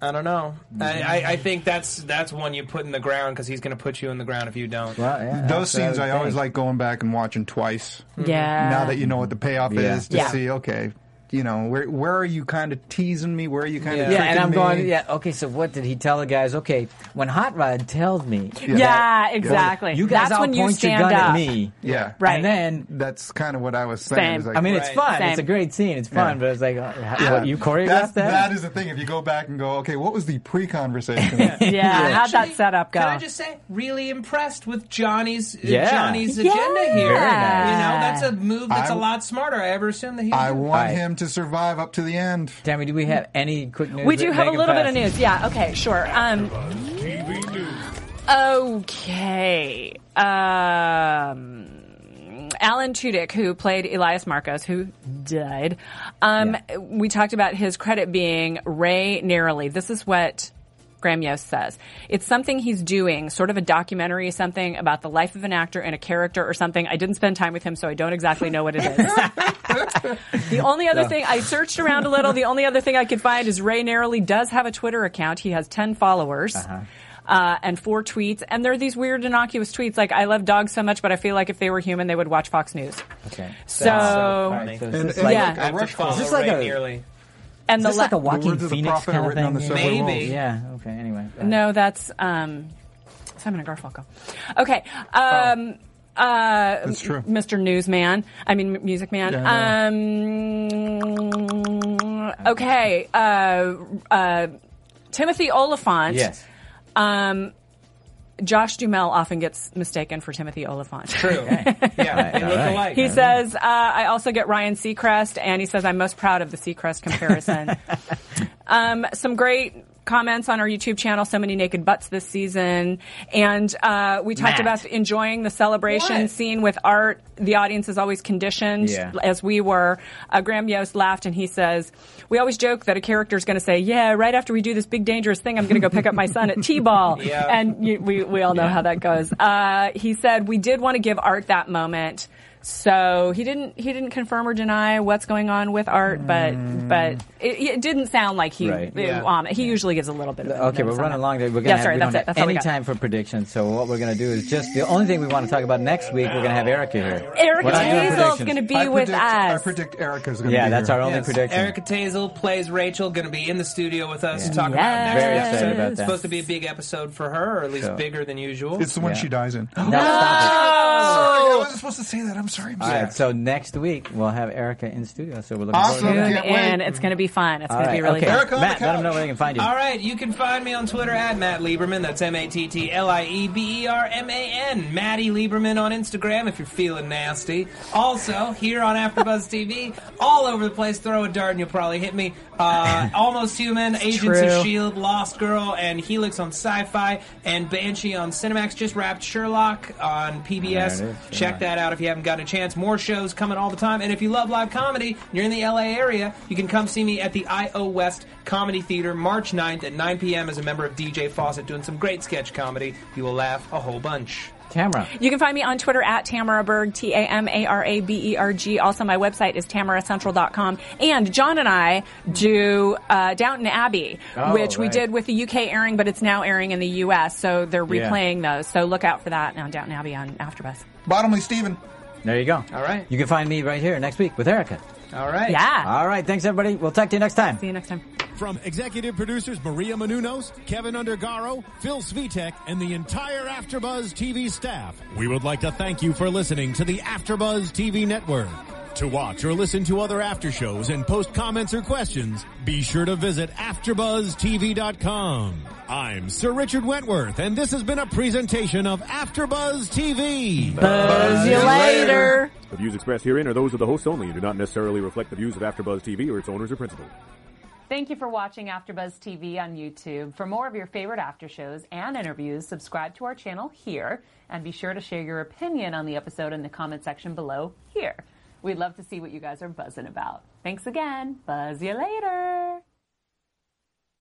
[SPEAKER 5] I don't know. I, I, I think that's that's one you put in the ground because he's going to put you in the ground if you don't.
[SPEAKER 2] Well, yeah,
[SPEAKER 6] those
[SPEAKER 2] that's what
[SPEAKER 6] scenes,
[SPEAKER 2] would
[SPEAKER 6] I always
[SPEAKER 2] think.
[SPEAKER 6] like going back and watching twice.
[SPEAKER 3] yeah.
[SPEAKER 6] now that you know what the payoff
[SPEAKER 2] Um, Yeah.
[SPEAKER 6] is to
[SPEAKER 3] Yeah.
[SPEAKER 6] see okay you know where where are you kind of teasing me where are you kind of
[SPEAKER 2] Yeah, and I'm
[SPEAKER 6] me?
[SPEAKER 2] going. Yeah, okay. So what did he tell the guys? Okay, when Hot Rod tells me,
[SPEAKER 3] yeah, exactly.
[SPEAKER 2] you guys
[SPEAKER 3] That's
[SPEAKER 2] all
[SPEAKER 3] when you
[SPEAKER 2] point your
[SPEAKER 3] stand
[SPEAKER 2] gun
[SPEAKER 3] up.
[SPEAKER 2] at me,
[SPEAKER 6] yeah
[SPEAKER 3] Right.
[SPEAKER 2] and then
[SPEAKER 6] that's kind of what i was saying
[SPEAKER 3] Same.
[SPEAKER 6] is like,
[SPEAKER 2] I mean, it's
[SPEAKER 5] Right.
[SPEAKER 2] fun. It's a
[SPEAKER 3] Same.
[SPEAKER 2] great scene. It's fun, but it's like, uh,
[SPEAKER 6] yeah.
[SPEAKER 2] what, you
[SPEAKER 6] That's-
[SPEAKER 2] choreographed
[SPEAKER 6] that
[SPEAKER 2] that?
[SPEAKER 6] is the thing if you go back and go okay what was the pre-conversation
[SPEAKER 3] Yeah, how'd
[SPEAKER 5] Actually,
[SPEAKER 3] that setup go?
[SPEAKER 5] Can I just say, really impressed with Johnny's uh,
[SPEAKER 2] Yeah.
[SPEAKER 5] Johnny's
[SPEAKER 3] Yeah.
[SPEAKER 5] agenda here.
[SPEAKER 3] Very nice.
[SPEAKER 5] You know, that's a move that's a
[SPEAKER 6] I-
[SPEAKER 5] lot smarter. I ever assumed that he.
[SPEAKER 6] i
[SPEAKER 5] would do.
[SPEAKER 6] want
[SPEAKER 2] Right.
[SPEAKER 6] him to survive up to the end
[SPEAKER 2] Tammy, do we have any quick news?
[SPEAKER 3] we
[SPEAKER 2] that
[SPEAKER 3] do have a
[SPEAKER 2] Megan
[SPEAKER 3] little bit of
[SPEAKER 2] passed?
[SPEAKER 3] news. Yeah, okay, sure. Um,
[SPEAKER 7] TV News.
[SPEAKER 3] Okay. Um, Alan Tudyk, who played Elias Marcos, who died. Um,
[SPEAKER 2] Yeah.
[SPEAKER 3] We talked about his credit being Ray Narrowly. This is what Graham Yost says. It's something he's doing, sort of a documentary, something about the life of an actor and a character or something. I didn't spend time with him, so I don't exactly know what it is. The only other thing I searched around a little. The only other thing I could find is Ray Narrowly does have a Twitter account. He has ten followers. uh and four tweets, and they're these weird innocuous tweets like "I love dogs so much, but I feel like if they were human, they would watch Fox News."
[SPEAKER 2] Okay.
[SPEAKER 3] So,
[SPEAKER 5] so
[SPEAKER 2] All
[SPEAKER 5] funny.
[SPEAKER 2] right, so
[SPEAKER 6] And-
[SPEAKER 2] it's just
[SPEAKER 6] and
[SPEAKER 2] like,
[SPEAKER 3] Yeah.
[SPEAKER 6] look,
[SPEAKER 5] I
[SPEAKER 6] a
[SPEAKER 5] have to
[SPEAKER 6] rush
[SPEAKER 5] follow
[SPEAKER 6] call.
[SPEAKER 2] Is this like
[SPEAKER 5] Ray
[SPEAKER 2] a-
[SPEAKER 5] nearly.
[SPEAKER 3] and
[SPEAKER 2] is
[SPEAKER 3] the
[SPEAKER 2] this like a
[SPEAKER 3] la-
[SPEAKER 2] Walking
[SPEAKER 6] words of the
[SPEAKER 2] Phoenix
[SPEAKER 6] prophet are
[SPEAKER 2] kind of
[SPEAKER 6] written on
[SPEAKER 2] thing. yeah?
[SPEAKER 6] the subway
[SPEAKER 5] Maybe. walls.
[SPEAKER 2] Yeah. Okay. Anyway. go ahead.
[SPEAKER 3] no, that's um, Simon and Garfunkel. Okay, um,
[SPEAKER 2] Oh.
[SPEAKER 3] uh,
[SPEAKER 6] That's true.
[SPEAKER 3] Mr. Newsman. I mean, M- Music Man.
[SPEAKER 6] Yeah, I
[SPEAKER 3] um, okay, uh, uh, Timothy Oliphant.
[SPEAKER 2] Yes.
[SPEAKER 3] Um, Josh Dumel often gets mistaken for Timothy Oliphant.
[SPEAKER 5] True. Yeah, they
[SPEAKER 2] all
[SPEAKER 5] look
[SPEAKER 2] right.
[SPEAKER 5] alike.
[SPEAKER 3] He says, uh, I also get Ryan Seacrest, and he says, I'm most proud of the Seacrest comparison. um, some great comments on our YouTube channel, so many naked butts this season. And uh, we talked
[SPEAKER 2] Matt.
[SPEAKER 3] about enjoying the celebration
[SPEAKER 5] What?
[SPEAKER 3] scene with art. The audience is always conditioned,
[SPEAKER 2] Yeah.
[SPEAKER 3] as we were. Uh, Graham Yost laughed, and he says, We always joke that a character is going to say, Yeah, right after we do this big dangerous thing, I'm going to go pick up my son at T ball.
[SPEAKER 5] Yeah.
[SPEAKER 3] And you, we, we all know how that goes. Uh, he said, We did want to give art that moment. So he didn't he didn't confirm or deny what's going on with art, but but it, it didn't sound like he
[SPEAKER 2] Right.
[SPEAKER 3] it-
[SPEAKER 5] Yeah.
[SPEAKER 3] um, he usually gives a little bit of a
[SPEAKER 2] Okay, we're
[SPEAKER 3] notice on
[SPEAKER 2] running
[SPEAKER 3] that.
[SPEAKER 2] along. There. We're gonna
[SPEAKER 3] yeah,
[SPEAKER 2] have,
[SPEAKER 3] sorry,
[SPEAKER 2] we
[SPEAKER 3] that's
[SPEAKER 2] don't
[SPEAKER 3] it.
[SPEAKER 2] have
[SPEAKER 3] That's all we
[SPEAKER 2] any
[SPEAKER 3] got.
[SPEAKER 2] time for predictions. So what we're gonna do is just the only thing we want to talk about next week. We're gonna have Erica here.
[SPEAKER 3] Erica
[SPEAKER 2] We're not doing
[SPEAKER 3] Hazel's
[SPEAKER 2] predictions.
[SPEAKER 3] going to be
[SPEAKER 6] I
[SPEAKER 3] with
[SPEAKER 6] predict, I
[SPEAKER 3] us.
[SPEAKER 6] predict Erica's going to
[SPEAKER 2] Yeah,
[SPEAKER 6] be
[SPEAKER 2] that's
[SPEAKER 6] here.
[SPEAKER 2] our only
[SPEAKER 5] Yes.
[SPEAKER 2] prediction.
[SPEAKER 5] Erica Tazel plays Rachel, going to be in the studio with us
[SPEAKER 2] Yeah.
[SPEAKER 5] talking
[SPEAKER 3] Yes.
[SPEAKER 5] about next
[SPEAKER 2] Very
[SPEAKER 5] episode.
[SPEAKER 2] excited about
[SPEAKER 5] It's
[SPEAKER 2] that.
[SPEAKER 5] supposed to be a big episode for her, or at least
[SPEAKER 2] So-
[SPEAKER 5] bigger than usual.
[SPEAKER 6] it's the one
[SPEAKER 2] Yeah.
[SPEAKER 6] she dies in
[SPEAKER 2] No, stop it.
[SPEAKER 6] Sorry, I wasn't supposed to say that. I'm sorry. I'm
[SPEAKER 2] All
[SPEAKER 6] sorry.
[SPEAKER 2] right. So next week we'll have Erica in studio. So we're looking
[SPEAKER 6] Awesome.
[SPEAKER 2] forward to
[SPEAKER 3] Tune
[SPEAKER 2] that.
[SPEAKER 6] Can't wait.
[SPEAKER 3] in. It's going to be fun. It's
[SPEAKER 2] All
[SPEAKER 3] going to
[SPEAKER 2] right.
[SPEAKER 3] be really
[SPEAKER 2] okay.
[SPEAKER 3] fun.
[SPEAKER 6] Erica on the
[SPEAKER 2] Matt, let them know
[SPEAKER 6] couch.
[SPEAKER 2] where they can find you.
[SPEAKER 5] All right, you can find me on Twitter at Matt Lieberman. That's M A T T L I E B E R M A N. Matty Lieberman on Instagram if you're feeling nasty. Also, here on AfterBuzz TV, all over the place. Throw a dart and you'll probably hit me. Uh, Almost Human, Agents of
[SPEAKER 3] true.
[SPEAKER 5] Shield, E Lost Girl, and Helix on Sci-Fi, and Banshee on Cinemax. Just wrapped Sherlock
[SPEAKER 2] There
[SPEAKER 5] on PBS.
[SPEAKER 2] it is,
[SPEAKER 5] Check
[SPEAKER 2] Sherlock.
[SPEAKER 5] that that out if you haven't gotten a chance. More shows coming all the time. And if you love live comedy, and you're in the LA area, you can come see me at the IO West Comedy Theater March 9th at 9 p.m. as a member of DJ Fawcett doing some great sketch comedy. You will laugh a whole bunch.
[SPEAKER 2] Tamara.
[SPEAKER 3] You can find me on Twitter at Tamara Berg, T A M A R A B E R G. Also, my website is tamaracentral.com. And John and I do uh, Downton Abbey,
[SPEAKER 2] Oh,
[SPEAKER 3] which we
[SPEAKER 2] right.
[SPEAKER 3] did with the UK airing, but it's now airing in the US. So they're
[SPEAKER 2] Yeah.
[SPEAKER 3] replaying those. So look out for that on Downton Abbey on AfterBuzz.
[SPEAKER 6] Bottomley Steven.
[SPEAKER 2] There you go.
[SPEAKER 5] All right.
[SPEAKER 2] You can find me right here next week with Erica.
[SPEAKER 5] All right.
[SPEAKER 3] Yeah.
[SPEAKER 2] All right. Thanks, everybody. We'll talk to you next time.
[SPEAKER 3] See you next time.
[SPEAKER 1] From executive producers Maria Menounos, Kevin Undergaro, Phil Svitek, and the entire AfterBuzz TV staff, we would like to thank you for listening to the AfterBuzz TV Network. To watch or listen to other after shows and post comments or questions, be sure to visit AfterBuzzTV.com. I'm Sir Richard Wentworth, and this has been a presentation of AfterBuzz TV.
[SPEAKER 2] Uh,
[SPEAKER 3] Buzz you later.
[SPEAKER 4] The views expressed herein are those of the hosts only and do not necessarily reflect the views of AfterBuzz TV or its owners or principals.
[SPEAKER 8] Thank you for watching AfterBuzz TV on YouTube. For more of your favorite after shows and interviews, subscribe to our channel here, and be sure to share your opinion on the episode in the comment section below here. We'd love to see what you guys are buzzing about. Thanks again. Buzz you later.